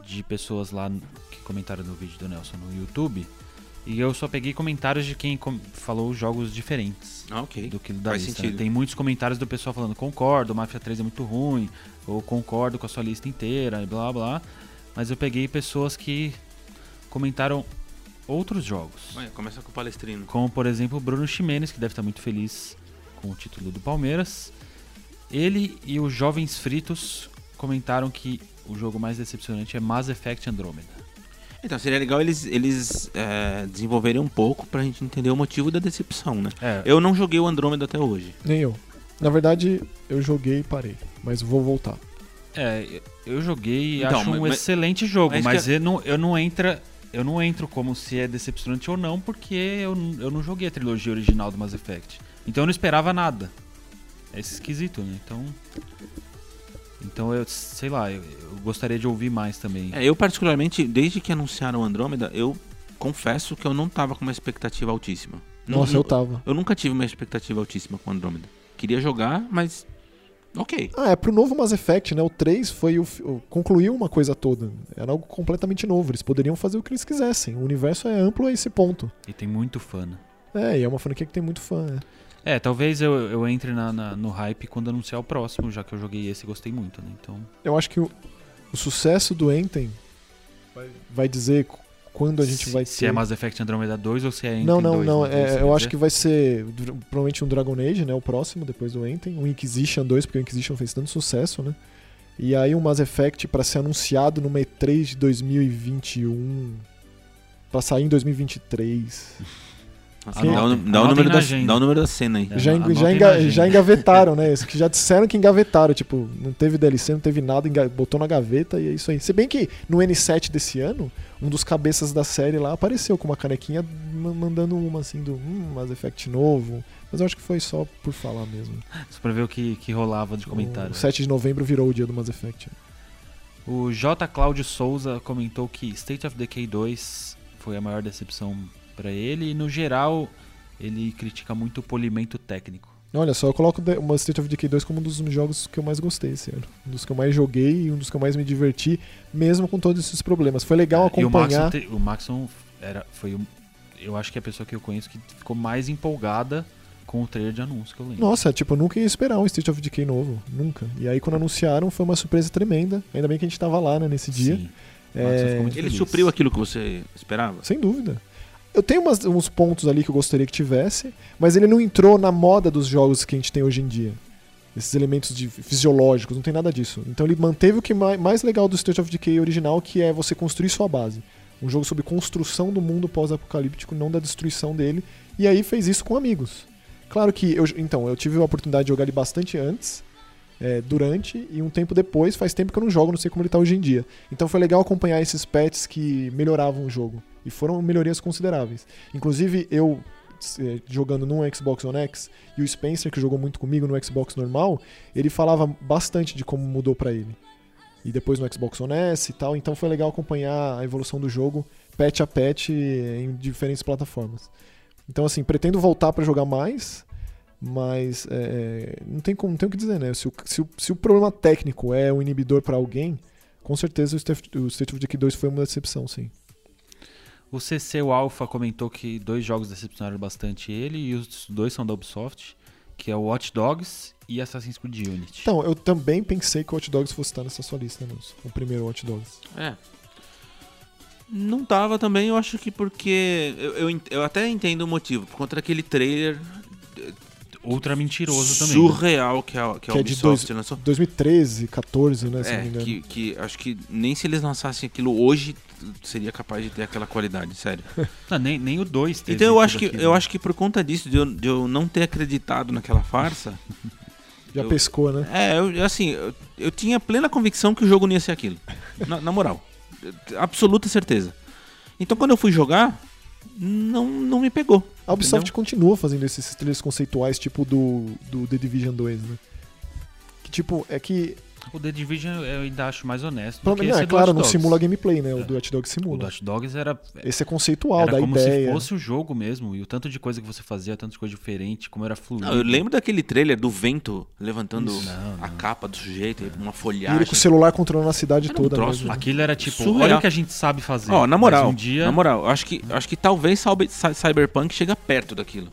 A: de pessoas lá no- que comentaram no vídeo do Nelson no YouTube. E eu só peguei comentários de quem com- falou jogos diferentes
C: Ah, ok.
A: do que da
C: Faz
A: lista. né?
C: sentido.
A: Tem muitos comentários do pessoal falando concordo, Mafia 3 é muito ruim, ou concordo com a sua lista inteira, e blá blá. Mas eu peguei pessoas que comentaram outros jogos.
C: Olha, começa com o palestrino.
A: Como, por exemplo, o Bruno Ximenes, que deve estar muito feliz com o título do Palmeiras. Ele e os Jovens Fritos comentaram que o jogo mais decepcionante é Mass Effect Andromeda.
C: Então, seria legal eles, eles é, desenvolverem um pouco pra gente entender o motivo da decepção, né?
A: É,
C: Eu não joguei o Andrômeda até hoje.
B: Nem eu. Na verdade, eu joguei e parei, mas vou voltar.
A: é, eu joguei e
C: Então,
A: acho um
C: mas-
A: excelente jogo,
C: mas
A: mas,
C: que-
A: eu, não, eu não entra. Eu não entro como se é decepcionante ou não, porque eu, n- eu não joguei a trilogia original do Mass Effect. Então eu não esperava nada. É esquisito, né? Então. Então eu, sei lá, eu, eu gostaria de ouvir mais também.
C: É, eu particularmente, desde que anunciaram o Andrômeda, eu confesso que eu não tava com uma expectativa altíssima. Não-
B: Nossa,
C: não-
B: eu tava.
C: eu nunca tive uma expectativa altíssima com o Andrômeda. Queria jogar, mas ok.
B: Ah, é pro novo Mass Effect, né? O 3 foi o, fi- o- concluiu uma coisa toda. Era algo completamente novo. Eles poderiam fazer o que eles quisessem. O universo é amplo a esse ponto.
A: E tem muito fã. né?
B: É, e é uma franquia que tem muito fã. né?
A: É, talvez eu, eu entre na, na- no hype quando anunciar o próximo, já que eu joguei esse e gostei muito, né? Então,
B: Eu acho que o, o sucesso do Enten vai, vai dizer c- quando a gente
A: se,
B: vai ter.
A: se é Mass Effect Andromeda 2 ou se é Anthem
B: não, não,
A: 2,
B: não.
A: né?
B: é,
A: Isso
B: eu
A: quer
B: acho que
A: dizer?
B: vai ser dr- provavelmente um Dragon Age, né? O próximo, depois do Enten. Um Inquisition 2, porque o Inquisition fez tanto sucesso, né? E aí um Mass Effect pra ser anunciado numa E3 de 2021. Pra sair em 2023.
C: Nossa,
B: Sim.
C: Assim, dá, o,
A: Anotem,
C: dá o
A: anotem
C: número
A: na
C: da,
A: agenda.
C: dá o número da cena aí.
A: É,
B: já, enga-
A: anota
B: já,
A: aí
B: enga-
A: na agenda.
B: já engavetaram, né? Isso que já disseram que engavetaram. Tipo, não teve DLC, não teve nada, enga- botou na gaveta e é isso aí. Se bem que no N7 desse ano, um dos cabeças da série lá apareceu com uma canequinha ma- mandando uma assim do hum, Mass Effect novo. Mas eu acho que foi só por falar mesmo.
A: Só pra ver o que, que rolava de comentário.
B: O 7 de novembro virou o dia do Mass Effect.
A: O J. Cláudio Souza comentou que State of Decay 2 foi a maior decepção pra ele. E no geral, ele critica muito o polimento técnico.
B: Olha só, eu coloco The- uma State of Decay 2 como um dos jogos que eu mais gostei esse ano. Um dos que eu mais joguei e um dos que eu mais me diverti, mesmo com todos esses problemas. Foi legal
A: É, E o Maxon,
B: acompanhar.
A: te- o Maxon era, foi, o- eu acho que é a pessoa que eu conheço que ficou mais empolgada com o trailer de anúncio que eu lembro.
B: Nossa, tipo, eu nunca ia esperar um State of Decay novo. Nunca. E aí, quando anunciaram, foi uma surpresa tremenda. Ainda bem que a gente tava lá, né, nesse dia.
A: Sim.
B: É,
A: Nossa, ficou muito
C: Ele
A: feliz.
C: supriu aquilo que você esperava?
B: Sem dúvida. Eu tenho umas- uns pontos ali que eu gostaria que tivesse, mas ele não entrou na moda dos jogos que a gente tem hoje em dia. Esses elementos de fisiológicos, não tem nada disso. Então ele manteve o que mai- mais legal do State of Decay original, que é você construir sua base. Um jogo sobre construção do mundo pós-apocalíptico, não da destruição dele. E aí fez isso com amigos. Claro que eu, então, eu tive a oportunidade de jogar ele bastante antes, é, durante e um tempo depois. Faz tempo que eu não jogo, não sei como ele tá hoje em dia. Então foi legal acompanhar esses pets que melhoravam o jogo. E foram melhorias consideráveis. Inclusive, eu eh, jogando no Xbox One X e o Spencer, que jogou muito comigo no Xbox normal, ele falava bastante de como mudou pra ele. E depois no Xbox One S e tal. Então foi legal acompanhar a evolução do jogo patch a patch eh, em diferentes plataformas. Então, assim, pretendo voltar pra jogar mais. Mas eh, não, tem como, não tem o que dizer, né? Se o, se o- se o problema técnico é um inibidor pra alguém, com certeza o State, o State of Decay 2 foi uma decepção, sim.
A: O CC o Alpha comentou que dois jogos decepcionaram bastante ele e os dois são da Ubisoft. que é o Watch Dogs e Assassin's Creed Unity.
B: Então, eu também pensei que o Hot Dogs fosse estar nessa sua lista, né, Nilson? O primeiro Hot Dogs.
C: É. Não tava também, eu acho que porque. Eu, eu, ent- eu até entendo o motivo. Por conta daquele trailer
A: Ultra mentiroso também. né?
C: surreal que a, que
B: Que
C: a
B: é de
C: Ubisoft
B: dois-
C: lançou.
B: 2013, 14, né? Se não me
C: É,
B: engano.
C: que, que acho que nem se eles lançassem aquilo hoje seria capaz de ter aquela qualidade, sério.
A: Não, nem, nem o 2 teve.
C: Então eu
A: tudo
C: acho que
A: aquilo.
C: eu acho que por conta disso de eu, de eu não ter acreditado naquela farsa,
B: Já
C: eu-
B: pescou, né?
C: é, eu, assim, eu, eu tinha plena convicção que o jogo não ia ser aquilo. Na, na moral, absoluta certeza. Então quando eu fui jogar, não não me pegou.
B: A Ubisoft continua fazendo esses trailers conceituais, tipo do, do The Division 2, né? Que tipo, é que.
A: O The Division eu ainda acho mais honesto. do
B: pelo
A: que
B: menos- não,
A: esse
B: é
A: do
B: claro,
A: Watch
B: não
A: Dogs.
B: simula gameplay, né?
A: É.
B: O do Hot Dog
A: O
B: simula.
A: Watch Dogs era,
B: Esse é conceitual,
A: era
B: da
A: como
B: ideia.
A: se fosse o jogo mesmo. E o tanto de coisa que você fazia, tanto de coisa diferente, como era fluido.
C: Não, eu lembro daquele trailer do vento levantando
A: Isso. Não,
C: a
A: não.
C: capa do sujeito, e uma
B: E ele com
C: folhagem.
B: o celular controlando a cidade
C: Era um
B: toda.
C: troço
B: mesmo.
A: Aquilo era tipo,
C: Surreal.
A: olha o que a gente sabe fazer.
C: Ó, na
A: Mas
C: moral,
A: um dia,
C: na moral, eu acho que, eu acho que talvez Cyber- Cy- Cyberpunk chega perto daquilo.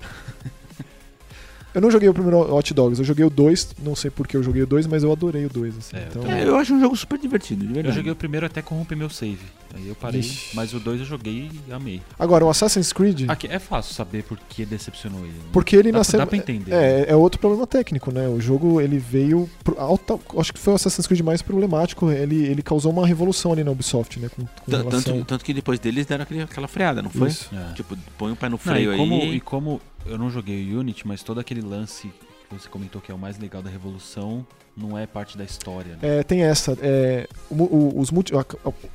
B: Eu não joguei o primeiro Hot Dogs, eu joguei o 2, não sei porque eu joguei o 2, mas eu adorei o 2. Assim,
A: É, eu
B: então,
A: também.
C: É, eu acho um jogo super divertido, de
A: eu
C: verdade.
A: joguei o primeiro até corromper meu save. Aí eu parei,
B: Ixi.
A: mas o 2 eu joguei e amei.
B: Agora, o Assassin's Creed,
A: Aqui, é fácil saber por que decepcionou ele. né?
B: porque ele
A: dá, pra-
B: nasceu.
A: dá pra entender. né?
B: É, é outro problema técnico, né? O jogo ele veio. pro- alta- acho que foi o Assassin's Creed mais problemático. Ele, ele causou uma revolução ali na Ubisoft, né? Com, com
C: Tan-
B: relação...
C: Tanto, tanto que depois deles deram aquele- aquela freada, não foi?
B: Isso.
A: É.
C: Tipo, põe o pé no
A: Não,
C: freio
A: e, como,
C: aí.
A: e como eu não joguei o Unity, mas todo aquele lance que você comentou que é o mais legal da Revolução não é parte da história. Né?
B: É, tem essa. é, o, mu- o- os multi- a-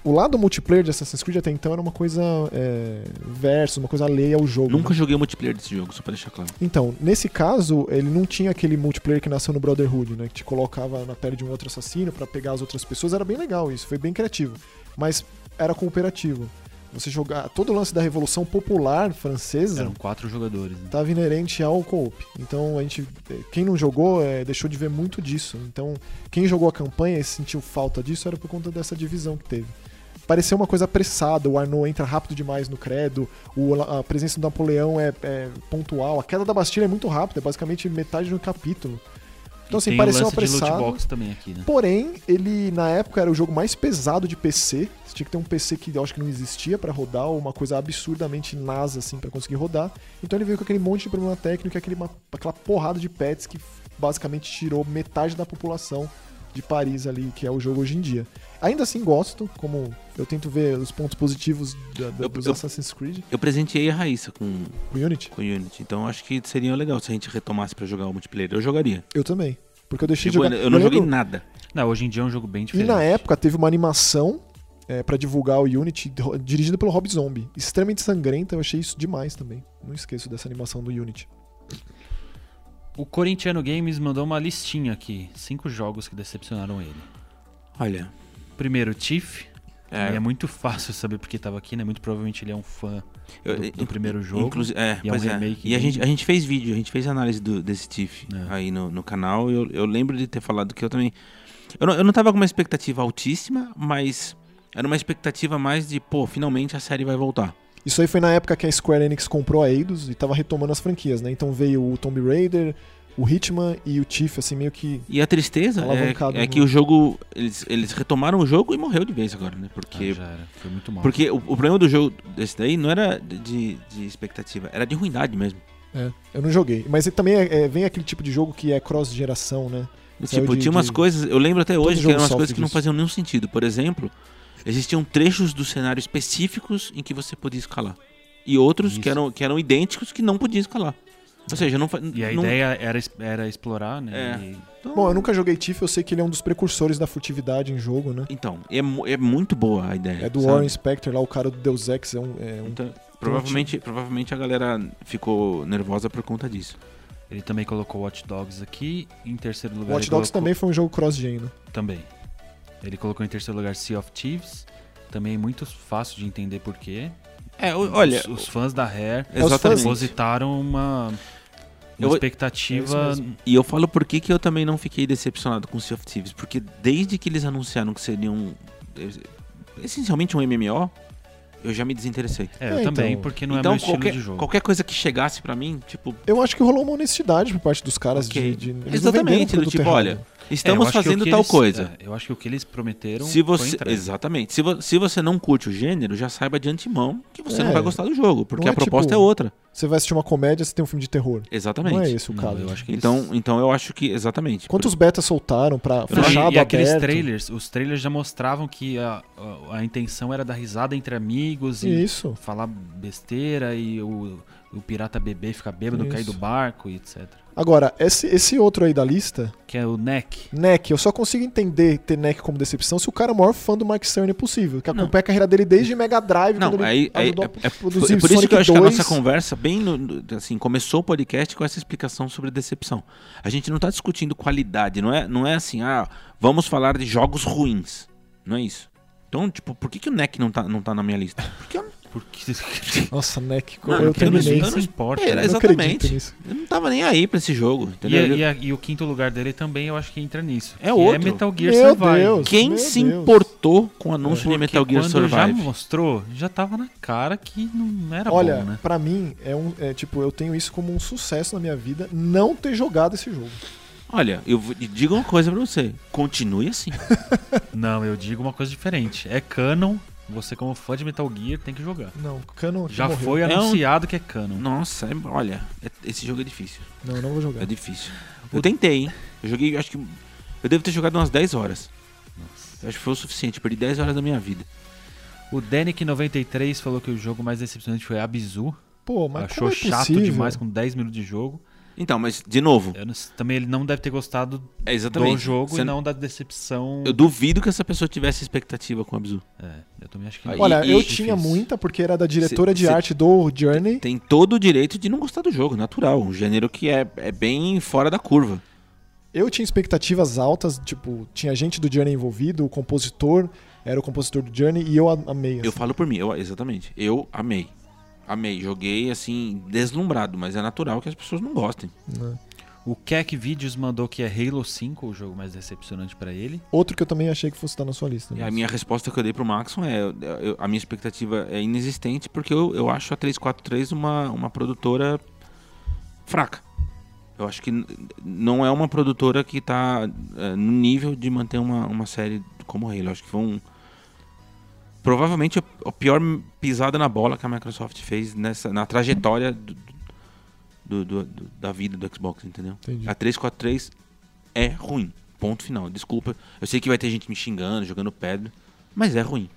B: o lado multiplayer de Assassin's Creed até então era uma coisa é, versus, uma coisa alheia ao jogo.
C: Nunca
B: né?
C: joguei o multiplayer desse jogo, só pra deixar claro.
B: Então, nesse caso, ele não tinha aquele multiplayer que nasceu no Brotherhood, né? Que te colocava na pele de um outro assassino pra pegar as outras pessoas. Era bem legal isso, foi bem criativo. Mas era cooperativo. Você jogar. Todo o lance da Revolução Popular Francesa
A: Eram quatro jogadores. né?
B: estava tá inerente ao co-op. Então a gente, eh, quem não jogou eh, deixou de ver muito disso. Então quem jogou a campanha e sentiu falta disso era por conta dessa divisão que teve. Pareceu uma coisa apressada, o Arnaud entra rápido demais no credo, o- a presença do Napoleão é, é pontual, a queda da Bastilha é muito rápida, é basicamente metade de um capítulo. Então,
A: E
B: assim,
A: tem
B: pareceu
A: o lance de
B: apressado.
A: loot box também aqui, né?
B: Porém, ele na época era o jogo mais pesado de PC. Você tinha que ter um PC que eu acho que não existia pra rodar, ou uma coisa absurdamente NASA assim pra conseguir rodar. Então ele veio com aquele monte de problema técnico, e aquele ma- aquela porrada de pets que basicamente tirou metade da população de Paris ali, que é o jogo hoje em dia. Ainda assim gosto, como eu tento ver os pontos positivos da- da-
C: Eu-
B: dos
C: eu-
B: Assassin's Creed,
C: Eu presenteei a Raíssa com,
B: com Unity.
C: com o Unity, então acho que seria legal se a gente retomasse pra jogar o multiplayer. Eu jogaria.
B: Eu também. Porque eu deixei
C: Tipo,
B: de jogar.
C: eu não joguei
B: lembro-
C: nada.
A: Não, hoje em dia é um jogo bem
B: E
A: diferente.
B: na época teve uma animação é, para divulgar o Unity, do- dirigida pelo Rob Zombie. Extremamente sangrenta, eu achei isso demais também. Não esqueço dessa animação do Unity.
A: O Corintiano Games mandou uma listinha aqui. Cinco jogos que decepcionaram ele.
C: Olha.
A: Primeiro, Tiff.
C: É,
A: E é muito fácil saber porque tava aqui, né? Muito provavelmente ele é um fã
C: eu-
A: do, do
C: eu-
A: primeiro jogo.
C: Inclusi- é,
A: e é um
C: pois é.
A: remake
C: E a
A: bem-
C: gente, a gente fez vídeo, a gente fez análise do, desse TIFF
A: É.
C: aí no, no canal. Eu, eu lembro de ter falado que eu também. Eu não, eu não tava com uma expectativa altíssima, mas era uma expectativa mais de, pô, finalmente a série vai voltar.
B: Isso aí foi na época que a Square Enix comprou a Eidos e tava retomando as franquias, né? Então veio o Tomb Raider, o Hitman e o Tiff, assim, meio que.
C: E a tristeza
A: Tá
B: Alavancado
C: é, é
A: né?
B: no-
C: que o jogo. Eles, eles retomaram o jogo e morreu de vez agora, né?
A: Ah,
C: Porque.
A: já era. Foi muito mal.
C: porque o, o problema do jogo desse daí não era de, de expectativa, era de ruindade mesmo.
B: Eu não joguei. Mas ele também é- é- vem aquele tipo de jogo que é cross-geração, né? Saiu
C: tipo,
B: de-
C: tinha umas
B: de-
C: coisas, eu lembro até hoje que
B: jogo
C: eram umas
B: sofre
C: coisas que não
B: disso.
C: faziam nenhum sentido. Por exemplo, existiam trechos do cenário específicos em que você podia escalar. E outros
A: Isso.
C: que eram, que eram idênticos que não podia escalar. Ou seja, não fa-
A: E a
C: não-
A: ideia era, es- era explorar, né?
C: É.
A: E-
C: então-
B: Bom, eu nunca joguei Tiff, eu sei que ele é um dos precursores da furtividade em jogo, né?
C: Então, é, mu- é muito boa a ideia.
B: É do
C: sabe?
B: Warren Spector lá, o cara do Deus Ex, é um. é um-
C: Então, provavelmente, provavelmente a galera ficou nervosa por conta disso.
A: Ele também colocou Watch Dogs aqui. Em terceiro lugar,
B: Watch
A: ele
B: Dogs
A: colocou...
B: também foi um jogo cross-gen, né?
A: Também. Ele colocou em terceiro lugar Sea of Thieves. Também muito fácil de entender por quê.
C: É, o- olha.
A: os, os fãs da Rare
B: É os fãs.
C: Exatamente.
A: depositaram uma, uma
C: Eu-
B: É
A: expectativa.
B: isso mesmo.
C: E eu falo por que, que eu também não fiquei decepcionado com Sea of Thieves, eh, porque desde que eles anunciaram que seriam essencialmente um MMO, eu já me desinteressei.
A: É,
B: É,
A: eu
B: então.
A: também, porque não é
C: então,
A: meu estilo
C: qualquer,
A: de jogo.
C: qualquer coisa que chegasse pra mim, tipo,
B: Eu acho que rolou uma honestidade por parte dos caras
C: Ok.
B: de, de. eles não venderam
C: Exatamente, do
B: produto
C: tipo,
B: errado.
C: olha,
A: É, eu
C: estamos
A: acho que o
C: fazendo
A: que
C: tal
A: eles-
C: coisa.
A: é, eu acho que o que eles prometeram
C: Se
A: foi
C: você,
A: entregue.
C: exatamente. Se, vo- se você não curte o gênero, já saiba de antemão que você
B: É.
C: não vai gostar do jogo, porque
B: Não é
C: a proposta
B: tipo-
C: é outra.
B: Você vai assistir uma comédia, você tem um filme de terror.
C: Exatamente.
B: Não é esse o
A: Não,
B: caso.
A: eu acho que eles-
C: Então, então eu acho que exatamente.
B: Quantos betas soltaram pra
A: Não, e-
B: fechado,
A: e aqueles
B: aberto?
A: trailers, os trailers já mostravam que a, a, a intenção era dar risada entre amigos
C: assim.
A: e
B: Isso.
A: falar besteira e o, o pirata bebê ficar bêbado,
B: Isso.
A: cair do barco e etc.
B: Agora, esse, esse outro aí da lista,
A: Que é o Neck.
B: Neck, eu só consigo entender ter Neck como decepção se o cara é o maior fã do Mark Cerny possível, que
C: Não.
B: acompanha a carreira dele desde Mega Drive,
C: Não,
B: quando ele
C: aí, aí-
B: ajudou a
C: é, é- foi-
B: produzir
C: é por isso
B: Sonic
C: que eu acho
B: 2.
C: que a nossa conversa bem no- no- assim começou o podcast com essa explicação sobre decepção. A gente não tá discutindo qualidade, não é, não é assim, ah, vamos falar de jogos ruins. Não é isso. Então, tipo, por que, que o Neck não tá, não tá na minha lista? Porque eu
A: Porque
B: Nossa, Neck,
C: Não,
B: eu
C: porque eu não
B: terminei.
C: sei, eu
A: não importa.
C: Era
A: né?
B: Eu não
C: Exatamente.
B: acredito nisso.
C: Eu não tava nem aí pra esse jogo,
A: E, é,
C: entendeu?
A: e a- e o quinto lugar dele também eu acho que entra nisso.
C: É
A: que É
C: outro.
A: Metal Gear
B: Meu
A: Survive.
B: Deus.
C: Quem
B: Meu
C: se
B: Deus.
C: importou com o anúncio de Metal
A: Porque
C: Gear
A: quando
C: Survive?
A: já mostrou, já tava na cara que não
C: Tá
A: era
B: Olha,
A: bom, né?
B: pra mim, é um. é, tipo, eu tenho isso como um sucesso na minha vida, não ter jogado esse jogo.
C: Olha, eu vou- digo uma coisa pra você. Continue assim.
A: Não, eu digo uma coisa diferente. É canon, você como fã de Metal Gear tem que jogar.
B: Não, Canon.
A: Já
B: morreu.
A: foi
C: É um-
A: anunciado que é canon.
C: Nossa, é- olha, é- esse jogo é difícil.
B: Não, não vou jogar.
C: É difícil. Eu tentei, hein? Eu joguei, acho que. Eu devo ter jogado umas 10 horas.
A: Nossa.
C: Eu acho que foi o suficiente. Perdi 10 horas da minha vida.
A: O Danik93 falou que o jogo mais decepcionante foi Abzu.
B: Pô, mas
A: Achou
B: como é
A: chato
B: possível?
A: demais com 10 minutos de jogo.
C: Então, mas, de novo,
A: Eu não sei- também ele não deve ter gostado
C: é exatamente.
A: do jogo
C: Você-
A: e não da decepção.
C: Eu duvido que essa pessoa tivesse expectativa com o Abzu.
A: É, eu também acho que
C: Aí-
A: não.
B: Olha,
C: E-
B: eu
C: e-
B: tinha
A: difícil.
B: muita, porque era da diretora de
C: Cê- cê-
B: arte do Journey.
C: Tem todo o direito de não gostar do jogo, natural. Um gênero que é, é bem fora da curva.
B: Eu tinha expectativas altas, tipo, tinha gente do Journey envolvido, o compositor era o compositor do Journey, e eu a- amei.
C: Eu
B: assim.
C: falo por mim, eu, exatamente. Eu amei. Amei. Joguei assim, deslumbrado, mas é natural que as pessoas não gostem.
B: né?
A: O Keck Videos mandou que é Halo 5 o jogo mais decepcionante pra ele.
B: Outro que eu também achei que fosse estar na sua lista.
C: E
B: mas-
C: a minha resposta que eu dei pro Maxon é: eu- eu- a minha expectativa é inexistente, porque eu, eu acho a 343 uma, uma produtora fraca. Eu acho que n- não é uma produtora que tá eh, no nível de manter uma, uma série como Halo. Eu acho que foi um. Provavelmente a a pior pisada na bola que a Microsoft fez nessa, na trajetória do- do- do- do- da vida do Xbox, entendeu?
B: Entendi.
C: A 343 é ruim. Ponto final. Desculpa. Eu sei que vai ter gente me xingando, jogando pedra, mas é ruim.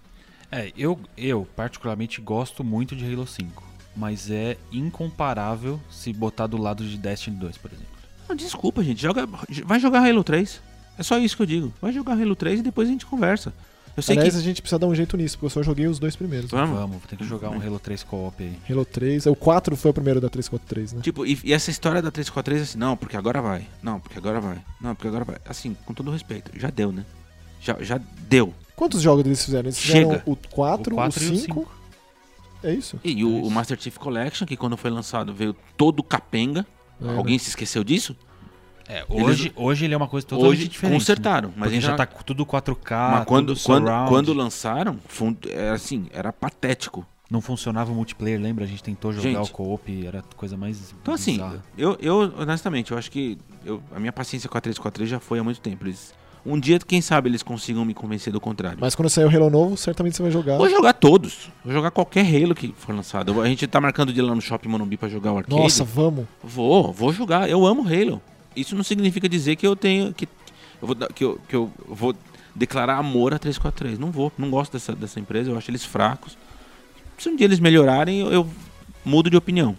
A: É, eu, eu particularmente gosto muito de Halo 5, mas é incomparável se botar do lado de Destiny 2, por exemplo.
C: Não, desculpa, gente. Joga, vai jogar Halo 3. É só isso que eu digo. Vai jogar Halo 3 e depois a gente conversa. Eu sei
B: Aliás,
C: que.
B: a gente precisa dar um jeito nisso, porque eu só joguei os dois primeiros. né?
C: Vamos.
A: Vamos, vou ter que jogar um Halo 3 co-op aí.
B: Halo 3, o 4 foi o primeiro da 343, né?
C: Tipo, e, e essa história da 343 é assim, não, porque agora vai. Não, porque agora vai. Não, porque agora vai. Assim, com todo respeito, já deu, né? Já, já deu.
B: Quantos jogos eles fizeram? Eles
C: Chega.
B: fizeram o 4,
A: O
B: o,
A: quatro e o
B: 5. É isso?
C: E
A: É
C: o,
A: isso.
C: o Master Chief Collection, que quando foi lançado veio todo capenga.
B: É,
A: né?
C: Alguém se esqueceu disso?
A: É, hoje,
C: hoje-
A: hoje ele é uma coisa totalmente
C: Hoje
A: diferente.
C: consertaram, mas
A: Mas
C: ainda
A: já tá tudo 4K,
C: Mas quando,
A: tudo
C: quando,
A: surround.
C: quando lançaram, foi um- era assim, era patético.
A: Não funcionava o multiplayer, lembra? A gente tentou jogar o
C: Gente.
A: co-op, era a coisa mais
C: Então, assim,
A: bizarra.
C: eu, eu, honestamente, eu acho que eu- a minha paciência com a 343 já foi há muito tempo. Eles- um dia, quem sabe, eles consigam me convencer do contrário.
B: Mas quando sair o Halo novo, certamente você vai jogar.
C: Vou jogar todos. Vou jogar qualquer Halo que for lançado. A gente tá marcando de ir lá no Shopping Monumbi pra jogar o arcade.
B: Nossa, vamos.
C: Vou, vou jogar. Eu amo Halo. Isso não significa dizer que eu tenho. Que eu vou, dar- que eu, que eu vou declarar amor a 343. Não vou. Não gosto dessa, dessa empresa. Eu acho eles fracos. Se um dia eles melhorarem, eu, eu mudo de opinião.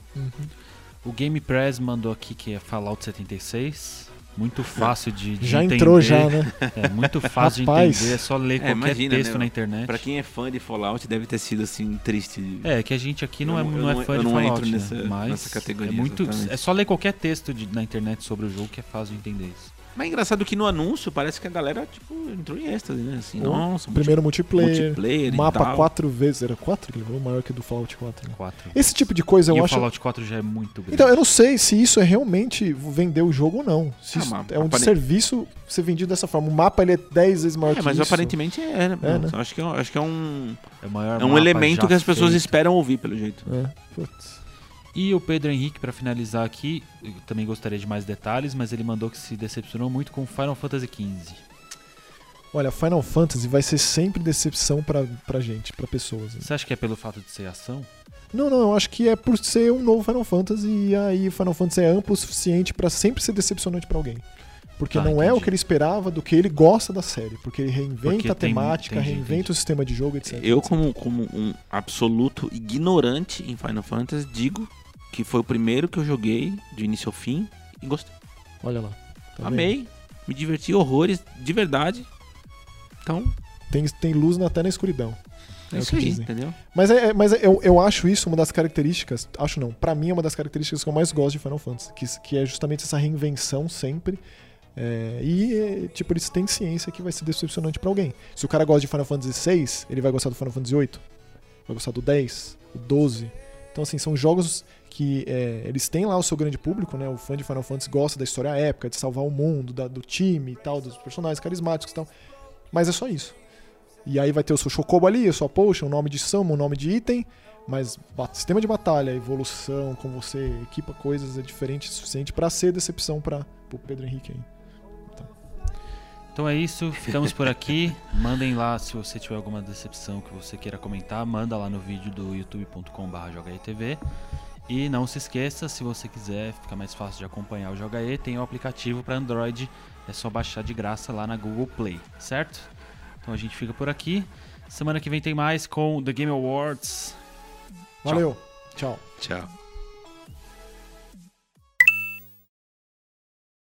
A: O Game Press mandou aqui que é Fallout 76. Muito fácil de, de
B: Já
A: entender.
B: entrou já, né?
A: É muito fácil de
B: Rapaz.
A: entender, é só ler
C: É,
A: qualquer
C: imagina,
A: texto
C: né?
A: na internet.
C: Pra quem é fã de Fallout, deve ter sido assim, triste.
A: É, que a gente aqui não,
C: Eu
A: é,
C: não-
A: não,
C: eu
A: é
C: não-
A: fã
C: eu
A: de
C: não
A: Fallout,
C: entro nessa-
A: né? mas
C: nessa categoria,
A: é, muito,
C: exatamente.
A: é só ler qualquer texto de- na internet sobre o jogo que é fácil de entender isso.
C: Mas é engraçado que no anúncio parece que a galera, tipo, entrou em êxtase, né? Assim, nossa,
B: Primeiro multiplayer,
C: multiplayer e
B: mapa
C: tal.
B: quatro vezes, era quatro que levou, maior que o do Fallout 4. né?
A: 4.
B: Esse tipo de coisa
A: e
B: eu
A: o
B: acho.
A: Fallout 4 já é muito grande.
B: Então, eu não sei se isso é realmente vender o jogo ou não. Se
C: Ah,
B: isso
C: mas
B: é um
C: apare-
B: serviço ser vendido dessa forma. O mapa ele é 10 vezes maior
C: É,
B: que
C: mas
B: isso.
C: aparentemente é, né?
B: É, né?
C: Eu Acho que, é um- acho que é um,
A: é, o maior
C: é um
A: mapa
C: elemento
A: já
C: que as pessoas
A: feito.
C: esperam ouvir, pelo jeito.
B: É, putz.
A: E o Pedro Henrique, pra finalizar aqui, eu também gostaria de mais detalhes, mas ele mandou que se decepcionou muito com Final Fantasy XV.
B: Olha, Final Fantasy vai ser sempre decepção pra, pra gente, pra pessoas. né?
A: Você acha que é pelo fato de ser ação?
B: Não, não, eu acho que é por ser um novo Final Fantasy e aí Final Fantasy é amplo o suficiente pra sempre ser decepcionante pra alguém. Porque
A: Ah,
B: não é
A: entendi.
B: o que ele esperava do que ele gosta da série, porque ele reinventa
A: Porque
B: a
A: tem-
B: temática,
A: entendi,
B: reinventa
A: entendi.
B: o sistema de jogo, etc.
C: Eu, como, como um absoluto ignorante em Final Fantasy, digo que foi o primeiro que eu joguei do início ao fim e gostei.
B: Olha lá. Tá vendo?
C: Amei, me diverti horrores, de verdade. Então,
B: Tem, tem luz na- até na escuridão.
C: é,
B: É o
C: isso
B: que
C: aí,
B: dizem.
C: entendeu?
B: Mas, é, é- mas é- eu, eu acho isso uma das características. Acho não. Pra mim é uma das características que eu mais gosto de Final Fantasy. Que, que é justamente essa reinvenção sempre. É, e, é, tipo, eles têm ciência que vai ser decepcionante pra alguém. Se o cara gosta de Final Fantasy VI, ele vai gostar do Final Fantasy VIII. Vai gostar do 10, o 12. Então, assim, são jogos que é, eles têm lá o seu grande público, né? O fã de Final Fantasy gosta da história épica, de salvar o mundo, da- do time e tal, dos personagens carismáticos e tal. Mas é só isso. E aí vai ter o seu Chocobo ali, a sua Potion, o nome de Summon, o nome de item, mas ba- sistema de batalha, evolução, como você equipa coisas é diferente o suficiente pra ser decepção para o Pedro Henrique aí.
A: Então é isso, ficamos por aqui. Mandem lá se você tiver alguma decepção que você queira comentar, manda lá no vídeo do youtube.com/jogaetv. E não se esqueça, se você quiser, fica mais fácil de acompanhar o Joga E, tem o aplicativo para Android, é só baixar de graça lá na Google Play, certo? Então a gente fica por aqui. Semana que vem tem mais com The Game Awards.
B: Valeu, tchau.
C: Tchau.